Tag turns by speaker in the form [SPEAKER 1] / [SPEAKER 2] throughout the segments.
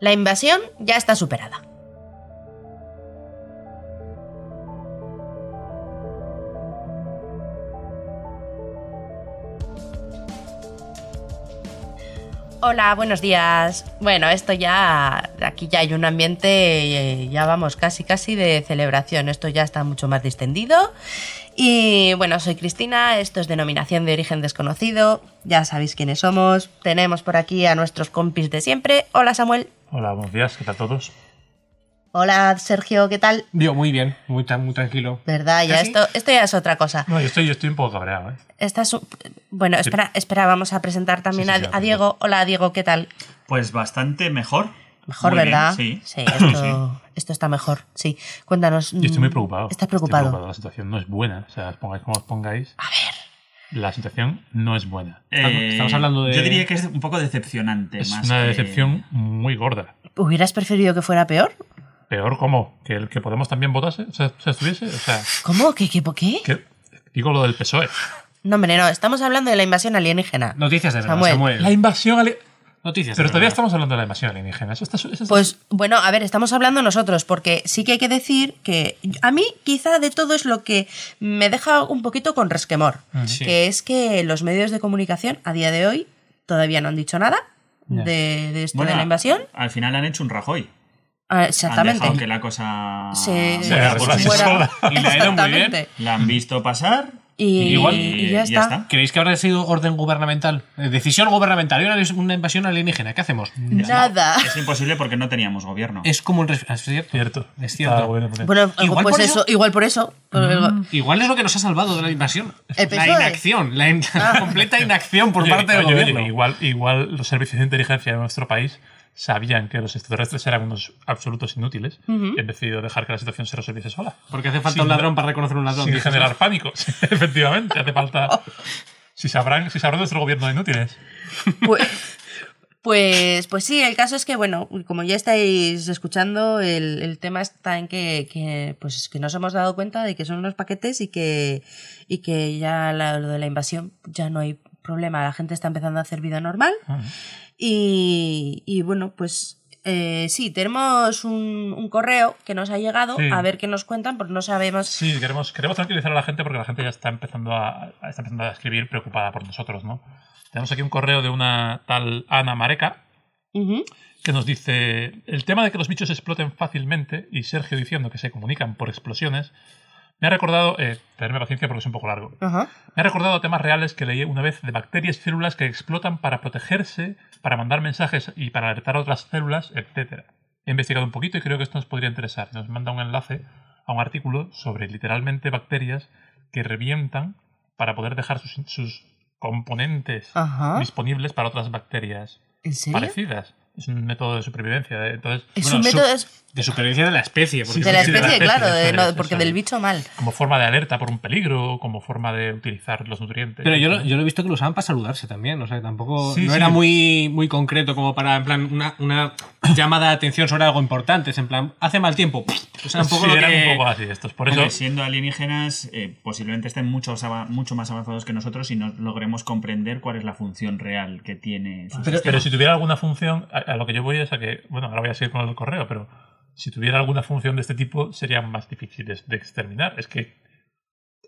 [SPEAKER 1] La invasión ya está superada. Hola, buenos días. Bueno, esto ya, aquí ya hay un ambiente, eh, ya vamos, casi casi de celebración. Esto ya está mucho más distendido. Y bueno, soy Cristina, esto es denominación de origen desconocido, ya sabéis quiénes somos. Tenemos por aquí a nuestros compis de siempre. Hola Samuel.
[SPEAKER 2] Hola, buenos días, ¿qué tal todos?
[SPEAKER 1] Hola Sergio, ¿qué tal?
[SPEAKER 3] Digo, muy bien, muy, tan- muy tranquilo.
[SPEAKER 1] ¿Verdad? Ya
[SPEAKER 3] ¿Ah, sí?
[SPEAKER 1] esto, esto ya es otra cosa.
[SPEAKER 2] No, yo estoy, yo estoy un poco cabreado, ¿eh?
[SPEAKER 1] Esta es un- bueno, espera, espera, vamos a presentar también
[SPEAKER 2] Sí,
[SPEAKER 1] a-
[SPEAKER 2] sí, sí,
[SPEAKER 1] a,
[SPEAKER 2] adelante.
[SPEAKER 1] Diego. Hola Diego, ¿qué tal?
[SPEAKER 4] Pues bastante mejor.
[SPEAKER 1] Mejor,
[SPEAKER 4] Muy bien,
[SPEAKER 1] ¿verdad?
[SPEAKER 4] sí.
[SPEAKER 1] esto, esto está mejor. Sí, cuéntanos.
[SPEAKER 2] Yo estoy muy
[SPEAKER 1] mm,
[SPEAKER 2] preocupado.
[SPEAKER 1] Estás
[SPEAKER 2] Estoy
[SPEAKER 1] preocupado.
[SPEAKER 2] La situación no es buena. O sea, os pongáis como os pongáis,
[SPEAKER 1] A ver,
[SPEAKER 2] la situación no es buena.
[SPEAKER 4] Eh,
[SPEAKER 3] Estamos hablando de-
[SPEAKER 4] Yo diría que es un poco decepcionante.
[SPEAKER 2] Es
[SPEAKER 4] más
[SPEAKER 2] una
[SPEAKER 4] que-
[SPEAKER 2] decepción muy gorda.
[SPEAKER 1] ¿hubieras preferido que fuera peor?
[SPEAKER 2] Peor como que el que Podemos también votase, o sea, se estuviese, o sea,
[SPEAKER 1] ¿Cómo? ¿Qué, qué, por qué?
[SPEAKER 2] que- digo lo del PSOE.
[SPEAKER 1] No, hombre, no, estamos hablando de la invasión alienígena.
[SPEAKER 3] Noticias de verdad,
[SPEAKER 1] Samuel.
[SPEAKER 3] Samuel.
[SPEAKER 2] La invasión ali-
[SPEAKER 3] Noticias
[SPEAKER 2] Pero
[SPEAKER 3] de
[SPEAKER 2] todavía
[SPEAKER 3] verdad.
[SPEAKER 2] estamos hablando de la invasión alienígena. Eso está, eso está-
[SPEAKER 1] Pues bueno, a ver, estamos hablando nosotros, porque sí que hay que decir que a mí quizá de todo es lo que me deja un poquito con resquemor,
[SPEAKER 3] Sí.
[SPEAKER 1] que es que los medios de comunicación a día de hoy todavía no han dicho nada
[SPEAKER 2] Ya.
[SPEAKER 1] de, de esto
[SPEAKER 4] Bueno,
[SPEAKER 1] de la invasión.
[SPEAKER 4] Al final han hecho un Rajoy.
[SPEAKER 1] Ah,
[SPEAKER 4] Han
[SPEAKER 1] Exactamente.
[SPEAKER 4] dejado que la cosa.
[SPEAKER 1] Se-
[SPEAKER 2] Se arregla
[SPEAKER 4] por
[SPEAKER 2] sí
[SPEAKER 4] supuesto.
[SPEAKER 2] sola.
[SPEAKER 3] Y la dieron muy bien.
[SPEAKER 1] Exactamente.
[SPEAKER 4] La han visto pasar.
[SPEAKER 1] Y,
[SPEAKER 3] Igual-
[SPEAKER 1] y ya está.
[SPEAKER 3] ¿Creéis que habrá sido orden gubernamental? Eh, Decisión gubernamental. Hay una, una invasión alienígena. ¿Qué hacemos?
[SPEAKER 1] Nada.
[SPEAKER 4] Es imposible porque no teníamos gobierno.
[SPEAKER 3] Es como el... res- Es cierto.
[SPEAKER 2] cierto.
[SPEAKER 3] Es
[SPEAKER 2] Está
[SPEAKER 3] cierto.
[SPEAKER 2] bueno, porque-
[SPEAKER 1] Bueno,
[SPEAKER 3] Igual
[SPEAKER 1] pues
[SPEAKER 3] por
[SPEAKER 1] eso,
[SPEAKER 3] eso-
[SPEAKER 1] igual por eso.
[SPEAKER 3] Igual es lo que nos ha salvado de la invasión.
[SPEAKER 1] El Ah.
[SPEAKER 3] La
[SPEAKER 1] PSOE.
[SPEAKER 3] inacción. La, in- la completa inacción por
[SPEAKER 2] Oye,
[SPEAKER 3] parte del
[SPEAKER 2] oye, oye,
[SPEAKER 3] gobierno.
[SPEAKER 2] igual, igual los servicios de inteligencia de nuestro país sabían que los extraterrestres eran unos absolutos inútiles y han decidido dejar que la situación se resolviese sola.
[SPEAKER 3] Porque hace falta
[SPEAKER 2] Sin-
[SPEAKER 3] un ladrón para reconocer un ladrón.
[SPEAKER 2] Sin generar pánico. Sí, Efectivamente, hace
[SPEAKER 3] Oh.
[SPEAKER 2] falta. Si sabrán, si sabrán nuestro gobierno de inútiles.
[SPEAKER 1] Pues, pues, pues sí, el caso es que, bueno, como ya estáis escuchando, el, el tema está en que, que, pues, que nos hemos dado cuenta de que son unos paquetes y que, y que ya la- lo de la invasión ya no hay problema. La gente está empezando a hacer vida normal.
[SPEAKER 2] Ah.
[SPEAKER 1] Y, y bueno, pues eh, sí, tenemos un, un correo que nos ha llegado.
[SPEAKER 2] Sí.
[SPEAKER 1] A ver qué nos cuentan, porque no sabemos.
[SPEAKER 2] Sí, queremos, queremos tranquilizar a la gente porque la gente ya está empezando a, a- está empezando a escribir preocupada por nosotros, ¿no? Tenemos aquí un correo de una tal Ana Mareca
[SPEAKER 1] Ujú.
[SPEAKER 2] que nos dice el tema de que los bichos exploten fácilmente y Sergio diciendo que se comunican por explosiones me ha recordado eh, tenerme paciencia porque es un poco largo
[SPEAKER 1] Ajá.
[SPEAKER 2] me ha recordado temas reales que leí una vez de bacterias y células que explotan para protegerse para mandar mensajes y para alertar a otras células etcétera he investigado un poquito y creo que esto nos podría interesar nos manda un enlace a un artículo sobre literalmente bacterias que revientan para poder dejar sus, sus componentes
[SPEAKER 1] Ajá.
[SPEAKER 2] disponibles para otras bacterias
[SPEAKER 1] ¿En serio?
[SPEAKER 2] parecidas. Es un método de supervivencia. ¿eh? Entonces,
[SPEAKER 1] Es
[SPEAKER 3] Bueno,
[SPEAKER 1] un
[SPEAKER 3] su-
[SPEAKER 1] método es-
[SPEAKER 3] De supervivencia de la especie. porque-
[SPEAKER 1] de la
[SPEAKER 2] sí, de la
[SPEAKER 1] especie,
[SPEAKER 2] especie,
[SPEAKER 1] claro,
[SPEAKER 2] de la
[SPEAKER 1] de-
[SPEAKER 2] especie,
[SPEAKER 1] no, porque
[SPEAKER 2] sí.
[SPEAKER 1] del bicho mal.
[SPEAKER 2] como forma de alerta por un peligro, como forma de utilizar los nutrientes.
[SPEAKER 3] Pero yo lo, yo lo he visto que lo usaban para saludarse también, o sea, que tampoco
[SPEAKER 2] Sí,
[SPEAKER 3] no
[SPEAKER 2] sí.
[SPEAKER 3] era muy, muy concreto como para, en plan, una, una llamada de atención sobre algo importante, es en plan, hace mal tiempo. O sea, un poco
[SPEAKER 2] Sí,
[SPEAKER 3] lo
[SPEAKER 2] eran
[SPEAKER 3] que-
[SPEAKER 2] un poco así estos. Por
[SPEAKER 4] Hombre,
[SPEAKER 2] eso,
[SPEAKER 4] siendo alienígenas, eh, posiblemente estén mucho, ava- mucho más avanzados que nosotros y no logremos comprender cuál es la función real que tiene su
[SPEAKER 2] pero,
[SPEAKER 4] sistema.
[SPEAKER 2] pero si tuviera alguna función, a, a lo que yo voy es a que, bueno, ahora voy a seguir con el correo, pero si tuviera alguna función de este tipo, serían más difíciles de exterminar. Es que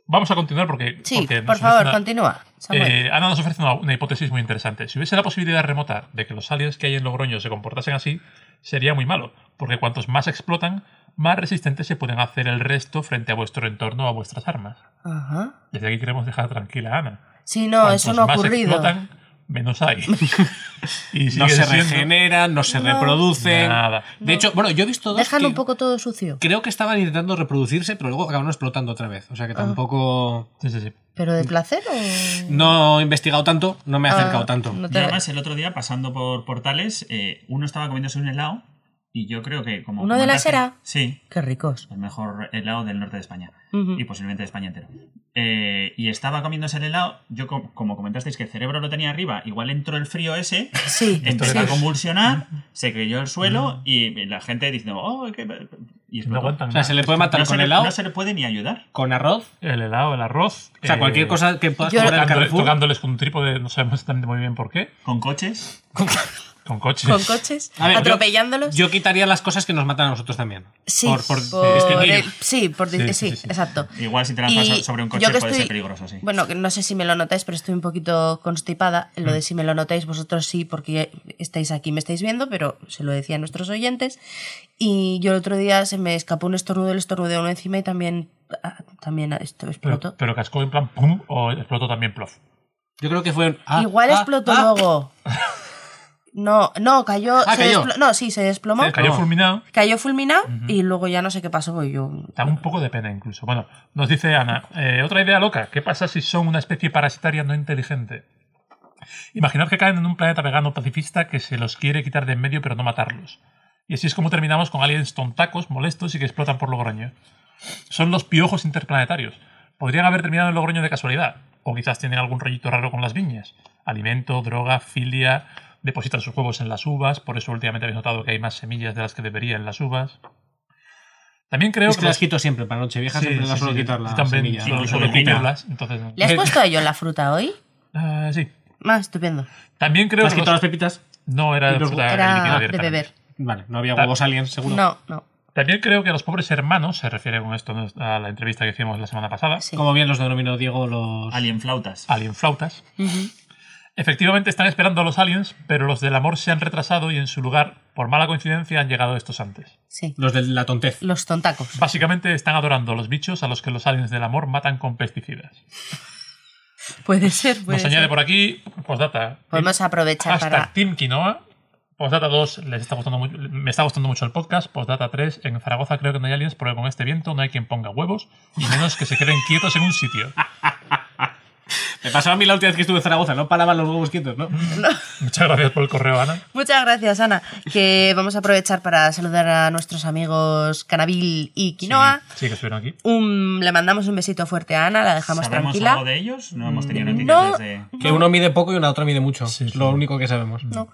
[SPEAKER 2] vamos a continuar porque,
[SPEAKER 1] Sí,
[SPEAKER 2] porque nos
[SPEAKER 1] por
[SPEAKER 2] ofrece
[SPEAKER 1] favor,
[SPEAKER 2] una-
[SPEAKER 1] continúa. Samuel.
[SPEAKER 2] Eh, Ana nos ofrece una, una hipótesis muy interesante. Si hubiese la posibilidad remota de que los aliens que hay en Logroño se comportasen así, sería muy malo, porque cuantos más explotan, más resistentes se pueden hacer el resto frente a vuestro entorno o a vuestras armas.
[SPEAKER 1] Ajá.
[SPEAKER 2] Desde aquí queremos dejar tranquila a Ana.
[SPEAKER 1] Sí, no,
[SPEAKER 2] Cuantos
[SPEAKER 1] eso no ha
[SPEAKER 2] más
[SPEAKER 1] ocurrido.
[SPEAKER 2] explotan, menos hay. y
[SPEAKER 3] No
[SPEAKER 2] siguen
[SPEAKER 3] se
[SPEAKER 2] siendo-
[SPEAKER 3] regeneran, no se
[SPEAKER 1] No.
[SPEAKER 3] reproducen.
[SPEAKER 2] Nada.
[SPEAKER 3] De hecho, bueno, yo he visto dos
[SPEAKER 1] Dejan
[SPEAKER 3] que
[SPEAKER 1] un poco todo sucio.
[SPEAKER 3] creo que estaban intentando reproducirse, pero luego acabaron explotando otra vez. O
[SPEAKER 1] Ah.
[SPEAKER 3] sea que tampoco...
[SPEAKER 2] Sí, sí, sí.
[SPEAKER 1] ¿Pero de placer o.?
[SPEAKER 3] No he investigado tanto, no me he acercado
[SPEAKER 1] Ah,
[SPEAKER 3] tanto.
[SPEAKER 1] no te-
[SPEAKER 4] Yo además el otro día pasando por portales, eh, uno estaba comiéndose un helado y yo creo que como...
[SPEAKER 1] ¿Uno de la
[SPEAKER 4] comentaste-
[SPEAKER 1] Sera?
[SPEAKER 4] Sí,
[SPEAKER 1] Qué ricos.
[SPEAKER 4] el mejor helado del norte de España
[SPEAKER 1] Ujú.
[SPEAKER 4] y posiblemente de España entero. Eh, y estaba comiéndose el helado, yo com- como comentasteis que el cerebro lo tenía arriba, igual entró el frío ese,
[SPEAKER 3] Eh,
[SPEAKER 1] Sí,
[SPEAKER 4] empezó
[SPEAKER 1] sí.
[SPEAKER 4] a convulsionar, se cayó al suelo y la gente diciendo, oh, qué... Y
[SPEAKER 2] No
[SPEAKER 4] explotó.
[SPEAKER 2] aguantan.
[SPEAKER 3] O sea, se le puede matar
[SPEAKER 4] No se
[SPEAKER 3] con
[SPEAKER 4] le-
[SPEAKER 3] helado,
[SPEAKER 4] no se le puede ni ayudar.
[SPEAKER 3] con arroz,
[SPEAKER 2] El helado, el arroz.
[SPEAKER 3] o sea,
[SPEAKER 2] eh,
[SPEAKER 3] cualquier cosa que puedas
[SPEAKER 1] yo-
[SPEAKER 3] comprar en el
[SPEAKER 2] tocándole-
[SPEAKER 3] Carrefour.
[SPEAKER 2] tocándoles con un trípode, no sabemos tan muy bien por qué.
[SPEAKER 4] Con coches.
[SPEAKER 2] Con coches.
[SPEAKER 1] con coches,
[SPEAKER 3] A ver, yo-
[SPEAKER 1] atropellándolos.
[SPEAKER 3] Yo quitaría las cosas que nos matan a nosotros también.
[SPEAKER 1] sí,
[SPEAKER 3] Por, por
[SPEAKER 1] por
[SPEAKER 3] distinguir.
[SPEAKER 1] el- sí, por di-
[SPEAKER 2] Sí,
[SPEAKER 1] sí,
[SPEAKER 2] sí, sí.
[SPEAKER 1] exacto.
[SPEAKER 4] Igual si te
[SPEAKER 1] Y
[SPEAKER 4] lanzas a- sobre un coche
[SPEAKER 1] yo que
[SPEAKER 4] puede ser
[SPEAKER 1] estoy-
[SPEAKER 4] peligroso, sí.
[SPEAKER 1] Bueno, que no sé si me lo notáis, pero estoy un poquito constipada. Lo
[SPEAKER 3] Mm.
[SPEAKER 1] de si me lo notáis vosotros sí, porque estáis aquí, me estáis viendo, pero se lo decía a nuestros oyentes. Y yo el otro día se me escapó un estornudo, el estornudo uno encima y también, ah, también esto
[SPEAKER 2] Pero,
[SPEAKER 1] explotó.
[SPEAKER 2] pero cascó en plan pum o explotó también plof.
[SPEAKER 3] Yo creo que fue. un- ah,
[SPEAKER 1] Igual
[SPEAKER 3] ah,
[SPEAKER 1] explotó
[SPEAKER 3] ah.
[SPEAKER 1] luego. No, no, cayó.
[SPEAKER 3] Ah,
[SPEAKER 1] se
[SPEAKER 3] cayó.
[SPEAKER 1] desplo- no, sí, se desplomó.
[SPEAKER 3] Se
[SPEAKER 2] Cayó
[SPEAKER 3] No.
[SPEAKER 2] fulminado.
[SPEAKER 1] Cayó fulminado y luego ya no sé qué pasó, porque yo.
[SPEAKER 2] Da un poco de pena incluso. Bueno, nos dice Ana, eh, otra idea loca. ¿Qué pasa si son una especie parasitaria no inteligente? Imaginar que caen en un planeta vegano pacifista que se los quiere quitar de en medio pero no matarlos. Y así es como terminamos con aliens tontacos, molestos y que explotan por Logroño. Son los piojos interplanetarios. Podrían haber terminado en Logroño de casualidad. O quizás tienen algún rollito raro con las viñas. Alimento, droga, filia, depositan sus huevos en las uvas, por eso últimamente habéis notado que hay más semillas de las que debería en las uvas. También creo
[SPEAKER 3] Es
[SPEAKER 2] que
[SPEAKER 3] que las
[SPEAKER 2] los-
[SPEAKER 3] quito siempre, para Nochevieja siempre las suelo quitar las
[SPEAKER 2] también
[SPEAKER 3] semillas.
[SPEAKER 2] solo-
[SPEAKER 4] Incluso
[SPEAKER 2] solo
[SPEAKER 4] pepino.
[SPEAKER 2] quitarlas, entonces no. Eh,
[SPEAKER 3] Eh.
[SPEAKER 1] ¿Le has puesto a ello la fruta hoy?
[SPEAKER 2] Ah, sí.
[SPEAKER 1] Ah, estupendo.
[SPEAKER 2] También creo
[SPEAKER 3] ¿Has
[SPEAKER 2] que los-
[SPEAKER 3] quitado las pepitas?
[SPEAKER 2] no era,
[SPEAKER 3] y los-
[SPEAKER 2] fruta líquida
[SPEAKER 1] Era de
[SPEAKER 2] directamente.
[SPEAKER 1] beber.
[SPEAKER 3] Vale, no había
[SPEAKER 2] Tal-
[SPEAKER 3] huevos aliens, seguro.
[SPEAKER 1] No, no.
[SPEAKER 2] También creo que los pobres hermanos, se refiere con esto a la entrevista que hicimos la semana pasada,
[SPEAKER 1] Sí. Ah,
[SPEAKER 3] Como bien los denominó Diego, los.
[SPEAKER 4] Alien flautas.
[SPEAKER 2] alienflautas,
[SPEAKER 1] Ujú.
[SPEAKER 2] efectivamente están esperando a los aliens, pero los del amor se han retrasado y en su lugar, por mala coincidencia, han llegado estos antes.
[SPEAKER 1] Sí.
[SPEAKER 3] Los de la tontez.
[SPEAKER 1] Los tontacos.
[SPEAKER 2] Básicamente están adorando a los bichos a los que los aliens del amor matan con pesticidas.
[SPEAKER 1] Puede ser, puede
[SPEAKER 2] Nos añade
[SPEAKER 1] ser.
[SPEAKER 2] por aquí, pues Eh, postdata.
[SPEAKER 1] Podemos aprovechar
[SPEAKER 2] Hashtag
[SPEAKER 1] para.
[SPEAKER 2] Team Quinoa. Postdata 2 les está gustando mucho- me está gustando mucho el podcast. Postdata 3 en Zaragoza creo que no hay aliens porque con este viento no hay quien ponga huevos y menos que se queden quietos en un sitio.
[SPEAKER 3] Me pasó a mí la última vez que estuve en Zaragoza, no paraban los huevos quietos, ¿no?
[SPEAKER 2] Muchas gracias por el correo, Ana.
[SPEAKER 1] Muchas gracias, Ana. Que vamos a aprovechar para saludar a nuestros amigos Canabil y Quinoa.
[SPEAKER 2] Sí, sí que estuvieron aquí.
[SPEAKER 1] Un- le mandamos un besito fuerte a Ana, la dejamos
[SPEAKER 4] ¿Sabemos
[SPEAKER 1] tranquila. Mm,
[SPEAKER 4] algo de ellos? No hemos tenido noticias
[SPEAKER 1] no.
[SPEAKER 4] desde...
[SPEAKER 3] Que uno mide poco y una otra mide mucho.
[SPEAKER 2] Sí, sí.
[SPEAKER 3] Lo único que sabemos.
[SPEAKER 1] No.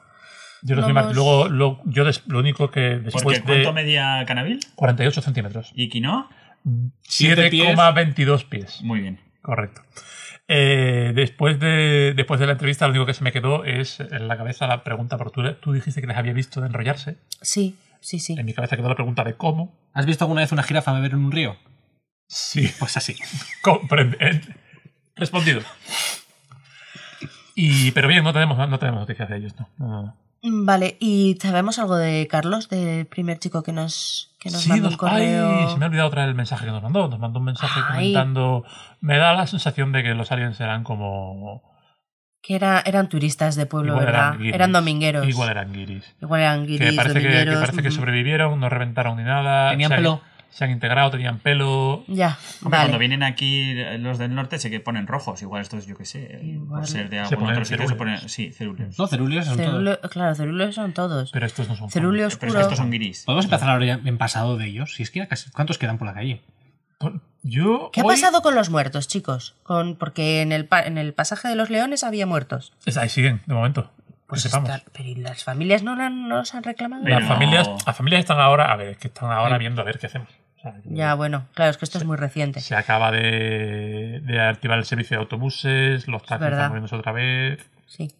[SPEAKER 2] Yo los vi
[SPEAKER 1] Vamos.
[SPEAKER 2] mar- Luego, lo, yo des- lo único que
[SPEAKER 4] Porque
[SPEAKER 2] después
[SPEAKER 4] ¿cuánto
[SPEAKER 2] de
[SPEAKER 4] medía Canabil?
[SPEAKER 2] 48 centímetros.
[SPEAKER 4] ¿Y Quinoa?
[SPEAKER 3] Siete pies.
[SPEAKER 2] 7,22 pies.
[SPEAKER 4] Muy bien.
[SPEAKER 2] Correcto. Eh, después, de, después de la entrevista, lo único que se me quedó es en la cabeza la pregunta, porque tú, tú dijiste que les había visto de enrollarse.
[SPEAKER 1] Sí, sí, sí.
[SPEAKER 2] En mi cabeza quedó la pregunta de cómo.
[SPEAKER 3] ¿Has visto alguna vez una jirafa beber en un río?
[SPEAKER 2] Sí.
[SPEAKER 3] Pues así.
[SPEAKER 2] Comprende. eh, Respondido. Y, pero bien, no tenemos, no tenemos noticias de ellos, ¿no? No, no, no.
[SPEAKER 1] Mm, Vale, ¿y sabemos algo de Carlos, del primer chico que nos, que nos mandó un
[SPEAKER 2] nos- ay,
[SPEAKER 1] correo?
[SPEAKER 2] se me ha olvidado traer el mensaje que nos mandó. Nos mandó un mensaje
[SPEAKER 1] Ay.
[SPEAKER 2] comentando. Me da la sensación de que los aliens eran como.
[SPEAKER 1] Que era, eran turistas de pueblo,
[SPEAKER 2] igual
[SPEAKER 1] ¿verdad?
[SPEAKER 2] guiris.
[SPEAKER 1] eran domingueros.
[SPEAKER 2] Igual eran guiris.
[SPEAKER 1] Igual eran guiris,
[SPEAKER 2] Que parece, que, que
[SPEAKER 1] domingueros,
[SPEAKER 2] parece que
[SPEAKER 1] ujú.
[SPEAKER 2] sobrevivieron, no reventaron ni nada.
[SPEAKER 3] Tenían
[SPEAKER 2] se han-
[SPEAKER 3] pelo.
[SPEAKER 2] Se han integrado, tenían pelo.
[SPEAKER 1] Ya,
[SPEAKER 4] Hombre,
[SPEAKER 1] vale.
[SPEAKER 4] Cuando vienen aquí los del norte se que ponen rojos. Igual estos, yo qué sé, eh,
[SPEAKER 1] Igual.
[SPEAKER 4] por ser de
[SPEAKER 2] Se
[SPEAKER 4] algún
[SPEAKER 2] ponen
[SPEAKER 4] otro sitio se
[SPEAKER 2] cerúleos.
[SPEAKER 4] ponen... Sí, cerúleos.
[SPEAKER 3] No, ceruleos son todos.
[SPEAKER 1] Ceruleo- claro, ceruleos son todos.
[SPEAKER 2] Pero estos no son.
[SPEAKER 1] Ceruleo
[SPEAKER 2] furries.
[SPEAKER 4] Pero es
[SPEAKER 1] oscuro.
[SPEAKER 4] que estos son guiris.
[SPEAKER 3] Podemos empezar ahora ya en pasado de ellos. Si es que ya casi. ¿Cuántos quedan por la calle?
[SPEAKER 2] Yo.
[SPEAKER 1] ¿Qué ha
[SPEAKER 2] hoy-
[SPEAKER 1] pasado con los muertos, chicos? Con, porque en el, pa- en el pasaje de los leones había muertos.
[SPEAKER 2] Ahí siguen, de momento. Pues sepamos.
[SPEAKER 1] está- pero ¿y las familias no, la- no los han reclamado?
[SPEAKER 4] Pero
[SPEAKER 2] Las
[SPEAKER 4] no.
[SPEAKER 2] familias, las familias están ahora, a ver, es que están ahora viendo a ver qué hacemos. O sea,
[SPEAKER 1] Mm. Ya, bueno, claro, es que esto es muy reciente.
[SPEAKER 2] Se acaba de, de activar el servicio de autobuses, los taxis
[SPEAKER 1] verdad.
[SPEAKER 2] están moviéndose otra vez.
[SPEAKER 1] Sí.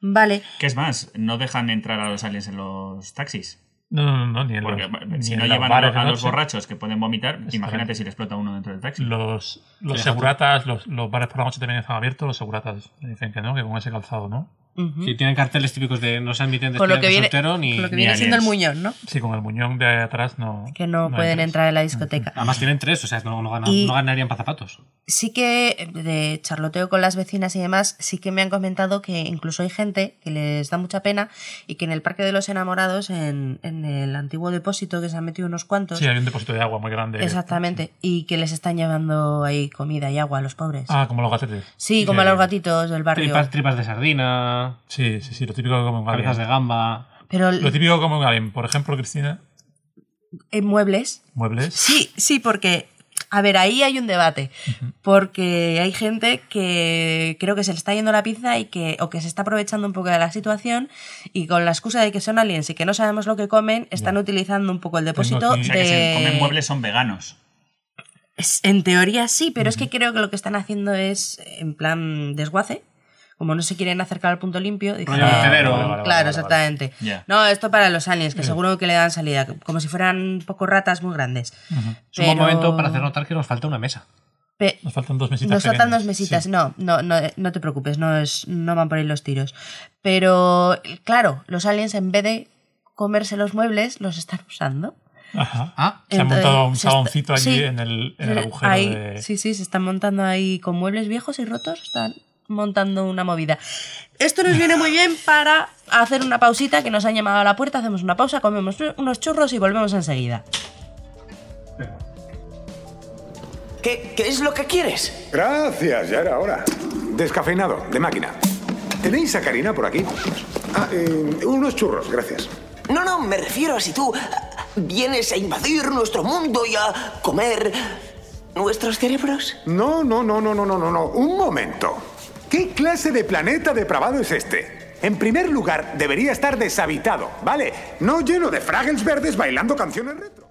[SPEAKER 1] Vale,
[SPEAKER 4] ¿Qué es más? No dejan entrar a los aliens en los taxis.
[SPEAKER 2] No, no, no, no, ni en
[SPEAKER 4] Porque
[SPEAKER 2] los,
[SPEAKER 4] bueno,
[SPEAKER 2] ni
[SPEAKER 4] si
[SPEAKER 2] en
[SPEAKER 4] no
[SPEAKER 2] los
[SPEAKER 4] llevan a,
[SPEAKER 2] bares de
[SPEAKER 4] a los
[SPEAKER 2] noche.
[SPEAKER 4] borrachos que pueden vomitar, imagínate si le explota uno dentro del taxi.
[SPEAKER 2] Los, los
[SPEAKER 3] Fíjate.
[SPEAKER 2] seguratas, los, los bares por la noche también están abiertos, los seguratas dicen que no, que con ese calzado no.
[SPEAKER 1] ujú.
[SPEAKER 3] Sí, tienen carteles típicos de no se admiten
[SPEAKER 1] Con lo
[SPEAKER 3] despedidas
[SPEAKER 1] que
[SPEAKER 3] de
[SPEAKER 1] viene-
[SPEAKER 3] soltero ni.
[SPEAKER 1] lo que
[SPEAKER 4] ni
[SPEAKER 1] viene siendo el
[SPEAKER 4] aliens.
[SPEAKER 1] muñón, ¿no?
[SPEAKER 2] Sí, con el muñón de atrás no.
[SPEAKER 1] Que no,
[SPEAKER 2] no
[SPEAKER 1] pueden
[SPEAKER 2] entras.
[SPEAKER 1] entrar en la discoteca.
[SPEAKER 3] Además tienen tres, o sea, no, no ganan-
[SPEAKER 1] Y-
[SPEAKER 3] no ganarían para zapatos.
[SPEAKER 1] Sí que de charloteo con las vecinas y demás, sí que me han comentado que incluso hay gente que les da mucha pena y que en el Parque de los Enamorados, en, en el antiguo depósito que se han metido unos cuantos,
[SPEAKER 2] Sí, hay un depósito de agua muy grande.
[SPEAKER 1] exactamente, y que les están llevando ahí comida y agua a los pobres.
[SPEAKER 2] Ah, como los gatetes.
[SPEAKER 1] sí, como a
[SPEAKER 2] sí.
[SPEAKER 1] los gatitos del barrio.
[SPEAKER 3] Tripas, tripas de sardina,
[SPEAKER 2] Sí, sí, sí, lo típico como un
[SPEAKER 3] cabezas
[SPEAKER 2] alien.
[SPEAKER 3] de gamba.
[SPEAKER 1] Pero
[SPEAKER 2] Lo típico como un alien. Por ejemplo, Cristina,
[SPEAKER 1] en muebles.
[SPEAKER 2] muebles.
[SPEAKER 1] Sí, sí, porque. A ver, ahí hay un debate. Porque hay gente que creo que se le está yendo la pinza y que, o que se está aprovechando un poco de la situación y con la excusa de que son aliens y que no sabemos lo que comen, están utilizando un poco el depósito
[SPEAKER 2] aquí-
[SPEAKER 4] o sea que
[SPEAKER 1] de-
[SPEAKER 4] si comen muebles son veganos.
[SPEAKER 1] Es- En teoría sí, pero es que creo que lo que están haciendo es en plan desguace. como no se quieren acercar al punto limpio, dicen,
[SPEAKER 3] Rollo
[SPEAKER 1] "Eh,
[SPEAKER 3] vertedero".
[SPEAKER 1] claro,
[SPEAKER 3] Vale,
[SPEAKER 2] vale, vale.
[SPEAKER 1] exactamente.
[SPEAKER 4] Ya.
[SPEAKER 1] No, esto para los aliens, que seguro que le dan salida, como si fueran un poco ratas muy grandes.
[SPEAKER 3] Es un buen
[SPEAKER 1] Pero-
[SPEAKER 3] momento para hacer notar que nos falta una mesa.
[SPEAKER 1] Pe-
[SPEAKER 2] Nos faltan dos mesitas.
[SPEAKER 1] Nos faltan dos
[SPEAKER 2] pequeñas.
[SPEAKER 1] mesitas, no, no, no, no te preocupes, no, es, no van por ahí los tiros. Pero, claro, los aliens en vez de comerse los muebles, los están usando.
[SPEAKER 2] Ajá.
[SPEAKER 3] Ah,
[SPEAKER 2] Se ha
[SPEAKER 1] Entonces,
[SPEAKER 2] montado un
[SPEAKER 1] se está-
[SPEAKER 2] saboncito allí
[SPEAKER 1] sí.
[SPEAKER 2] en el, en el agujero
[SPEAKER 1] Ahí,
[SPEAKER 2] de...
[SPEAKER 1] Sí, sí, se están montando ahí con muebles viejos y rotos, están montando una movida. Esto nos viene muy bien para hacer una pausita, que nos han llamado a la puerta, hacemos una pausa, comemos unos churros y volvemos enseguida.
[SPEAKER 5] ¿Qué, qué es lo que quieres?
[SPEAKER 6] Gracias, ya era hora. Descafeinado, de máquina. ¿Tenéis sacarina por aquí? Ah, eh, unos churros, gracias.
[SPEAKER 5] No, no, me refiero a si tú ah, vienes a invadir nuestro mundo y a comer nuestros cerebros.
[SPEAKER 6] No, no, no, no, no, no, no, no. Un momento. ¿Qué clase de planeta depravado es este? En primer lugar, debería estar deshabitado, ¿vale? No lleno de fraggles verdes bailando canciones retro.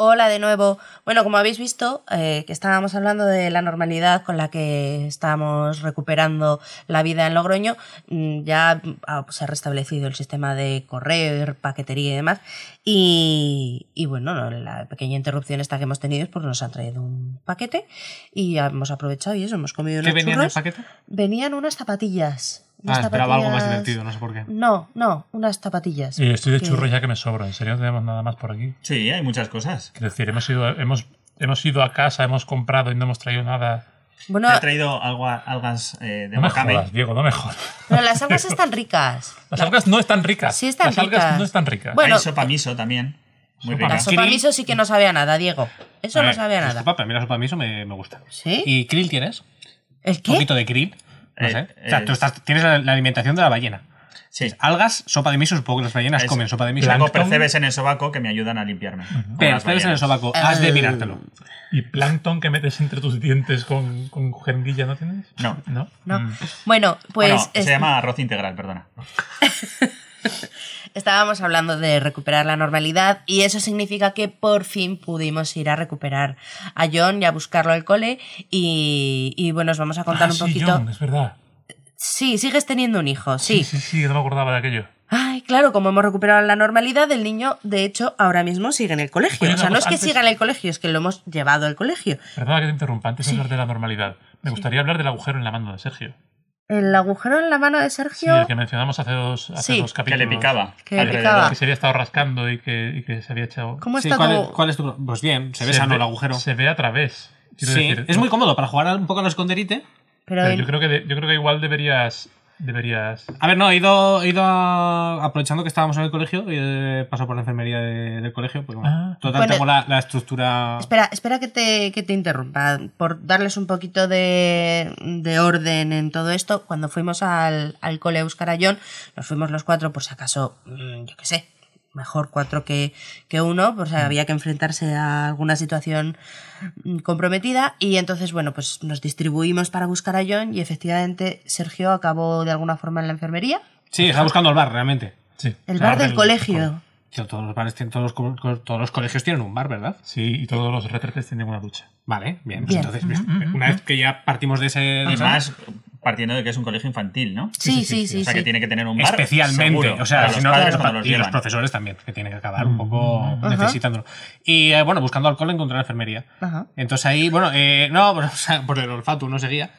[SPEAKER 1] Hola de nuevo. Bueno, como habéis visto, eh, que estábamos hablando de la normalidad con la que estamos recuperando la vida en Logroño. Mm, Ya ah, se ha restablecido el sistema de correo, y paquetería y demás. Y, y bueno, no, la pequeña interrupción esta que hemos tenido es porque nos han traído un paquete y hemos aprovechado y eso, hemos comido
[SPEAKER 3] ¿Qué
[SPEAKER 1] unos
[SPEAKER 3] venía en el
[SPEAKER 1] churros.
[SPEAKER 3] paquete?
[SPEAKER 1] Venían unas zapatillas. unas
[SPEAKER 3] Ah, esperaba algo más
[SPEAKER 1] zapatillas-
[SPEAKER 3] divertido, no sé por qué.
[SPEAKER 1] No, no, unas zapatillas.
[SPEAKER 2] Y Eh, estoy de
[SPEAKER 1] Que-
[SPEAKER 2] churro ya que me sobra. En serio, no tenemos nada más por aquí.
[SPEAKER 4] Sí, hay muchas cosas.
[SPEAKER 2] Quiero decir, hemos ido, hemos, hemos ido a casa, hemos comprado y no hemos traído nada.
[SPEAKER 1] Bueno,
[SPEAKER 4] Te he traído alga- algas eh, de
[SPEAKER 2] No me
[SPEAKER 4] wakame.
[SPEAKER 2] jodas, Diego, no me jodas.
[SPEAKER 1] pero las algas están ricas.
[SPEAKER 2] Las algas no están ricas.
[SPEAKER 1] Sí están
[SPEAKER 2] Las algas
[SPEAKER 1] ricas.
[SPEAKER 2] no están ricas.
[SPEAKER 1] Bueno,
[SPEAKER 4] hay sopa miso también. Muy
[SPEAKER 3] Sopa
[SPEAKER 1] La
[SPEAKER 4] rica.
[SPEAKER 3] miso.
[SPEAKER 1] sopa
[SPEAKER 3] Krill.
[SPEAKER 1] miso sí que no sabe a nada, Diego. Eso
[SPEAKER 3] A
[SPEAKER 1] no
[SPEAKER 3] ver,
[SPEAKER 1] sabe a nada.
[SPEAKER 3] Disculpa, pero a mí la sopa miso me, me gusta.
[SPEAKER 1] ¿Sí?
[SPEAKER 3] ¿Y krill tienes?
[SPEAKER 1] ¿El
[SPEAKER 3] Un
[SPEAKER 1] qué?
[SPEAKER 3] poquito de krill. No
[SPEAKER 4] Eh,
[SPEAKER 3] sé. o sea,
[SPEAKER 4] eh,
[SPEAKER 3] tú estás- tienes la, la alimentación de la ballena.
[SPEAKER 4] Sí.
[SPEAKER 3] Algas, sopa de miso, supongo que las ballenas
[SPEAKER 4] Es
[SPEAKER 3] comen sopa de miso.
[SPEAKER 4] Tengo
[SPEAKER 3] Plancton,
[SPEAKER 4] percebes en el sobaco que me ayudan a limpiarme. Con
[SPEAKER 3] Pero
[SPEAKER 4] las
[SPEAKER 3] percebes en el
[SPEAKER 4] ballenas.
[SPEAKER 3] sobaco. Has de mirártelo.
[SPEAKER 2] ¿Y plancton que metes entre tus dientes con, con jeringuilla no tienes?
[SPEAKER 4] No.
[SPEAKER 2] ¿No?
[SPEAKER 1] No.
[SPEAKER 2] Mm.
[SPEAKER 1] Bueno, pues
[SPEAKER 4] Bueno,
[SPEAKER 1] es-
[SPEAKER 4] se llama arroz integral, perdona.
[SPEAKER 1] estábamos hablando de recuperar la normalidad y eso significa que por fin pudimos ir a recuperar a John y a buscarlo al cole y, y bueno, os vamos a contar
[SPEAKER 2] Ah,
[SPEAKER 1] un
[SPEAKER 2] sí,
[SPEAKER 1] poquito.
[SPEAKER 2] John, es verdad.
[SPEAKER 1] Sí, sigues teniendo un hijo, sí.
[SPEAKER 2] sí, sí, no me acordaba de aquello.
[SPEAKER 1] Ay, claro, como hemos recuperado la normalidad, el niño, de hecho, ahora mismo sigue en el colegio.
[SPEAKER 2] Oye,
[SPEAKER 1] o sea,
[SPEAKER 2] una
[SPEAKER 1] no es
[SPEAKER 2] cosa,
[SPEAKER 1] que
[SPEAKER 2] antes-
[SPEAKER 1] siga en el colegio, es que lo hemos llevado al colegio.
[SPEAKER 2] Perdona que te interrumpa, antes de hablar de la normalidad. Me gustaría hablar del agujero en la mano de Sergio.
[SPEAKER 1] El agujero en la mano de
[SPEAKER 2] Sí,
[SPEAKER 1] Sergio.
[SPEAKER 2] el que mencionamos hace dos, hace
[SPEAKER 1] Sí.
[SPEAKER 2] dos
[SPEAKER 4] Que
[SPEAKER 2] capítulos.
[SPEAKER 4] le picaba.
[SPEAKER 1] Que le
[SPEAKER 4] alrededor.
[SPEAKER 1] picaba.
[SPEAKER 2] Que se había estado rascando y que, y que se había echado.
[SPEAKER 1] ¿Cómo
[SPEAKER 3] Sí,
[SPEAKER 1] está
[SPEAKER 3] ¿cuál, es,
[SPEAKER 1] tu-
[SPEAKER 3] cuál es tu pro- Pues bien, se ve sano el agujero.
[SPEAKER 2] Se ve a través. Quiero
[SPEAKER 3] Sí,
[SPEAKER 2] decir,
[SPEAKER 3] es
[SPEAKER 2] no-
[SPEAKER 3] muy cómodo para jugar un poco al esconderite.
[SPEAKER 1] Pero
[SPEAKER 2] pero
[SPEAKER 1] en-
[SPEAKER 2] yo creo que de- yo creo que igual deberías deberías
[SPEAKER 3] A ver, no, he ido, he ido a- aprovechando que estábamos en el colegio, he pasado por la enfermería de- del colegio, porque bueno,
[SPEAKER 2] Ah.
[SPEAKER 3] total
[SPEAKER 1] Bueno,
[SPEAKER 3] tengo la, la estructura...
[SPEAKER 1] Espera, espera que te, que te interrumpa. Por darles un poquito de, de orden en todo esto, cuando fuimos al, al cole a buscar a John, nos fuimos los cuatro, por si acaso, mm, yo qué sé, mejor cuatro que, que uno, por si había que enfrentarse a alguna situación mm, comprometida. Y entonces, bueno, pues nos distribuimos para buscar a John y efectivamente Sergio acabó de alguna forma en la enfermería.
[SPEAKER 3] Sí, está buscando el bar, realmente.
[SPEAKER 2] sí, Ah,
[SPEAKER 1] El bar del colegio.
[SPEAKER 3] Tío, todos los bares tienen, todos los, co- co- todos los colegios tienen un bar, ¿verdad?
[SPEAKER 2] sí y todos los retretes tienen una ducha
[SPEAKER 3] Vale, bien. pues
[SPEAKER 1] Bien.
[SPEAKER 3] Entonces, una vez que ya partimos de ese... de
[SPEAKER 4] Y
[SPEAKER 3] esa-
[SPEAKER 4] más partiendo de que es un colegio infantil, ¿no?
[SPEAKER 1] Sí, sí, sí.
[SPEAKER 4] O sea,
[SPEAKER 1] sí.
[SPEAKER 4] que tiene que tener un bar.
[SPEAKER 3] especialmente,
[SPEAKER 4] seguro,
[SPEAKER 3] o sea,
[SPEAKER 4] para
[SPEAKER 3] si
[SPEAKER 4] los
[SPEAKER 3] no,
[SPEAKER 4] padres
[SPEAKER 3] los pa-
[SPEAKER 4] cuando los
[SPEAKER 3] y los
[SPEAKER 4] llevan.
[SPEAKER 3] profesores también, que tienen que acabar un poco necesitándolo. Y eh, bueno, buscando alcohol encontré la enfermería.
[SPEAKER 1] Ajá.
[SPEAKER 3] Entonces ahí, bueno, eh, no, bueno, o sea, por el olfato uno seguía.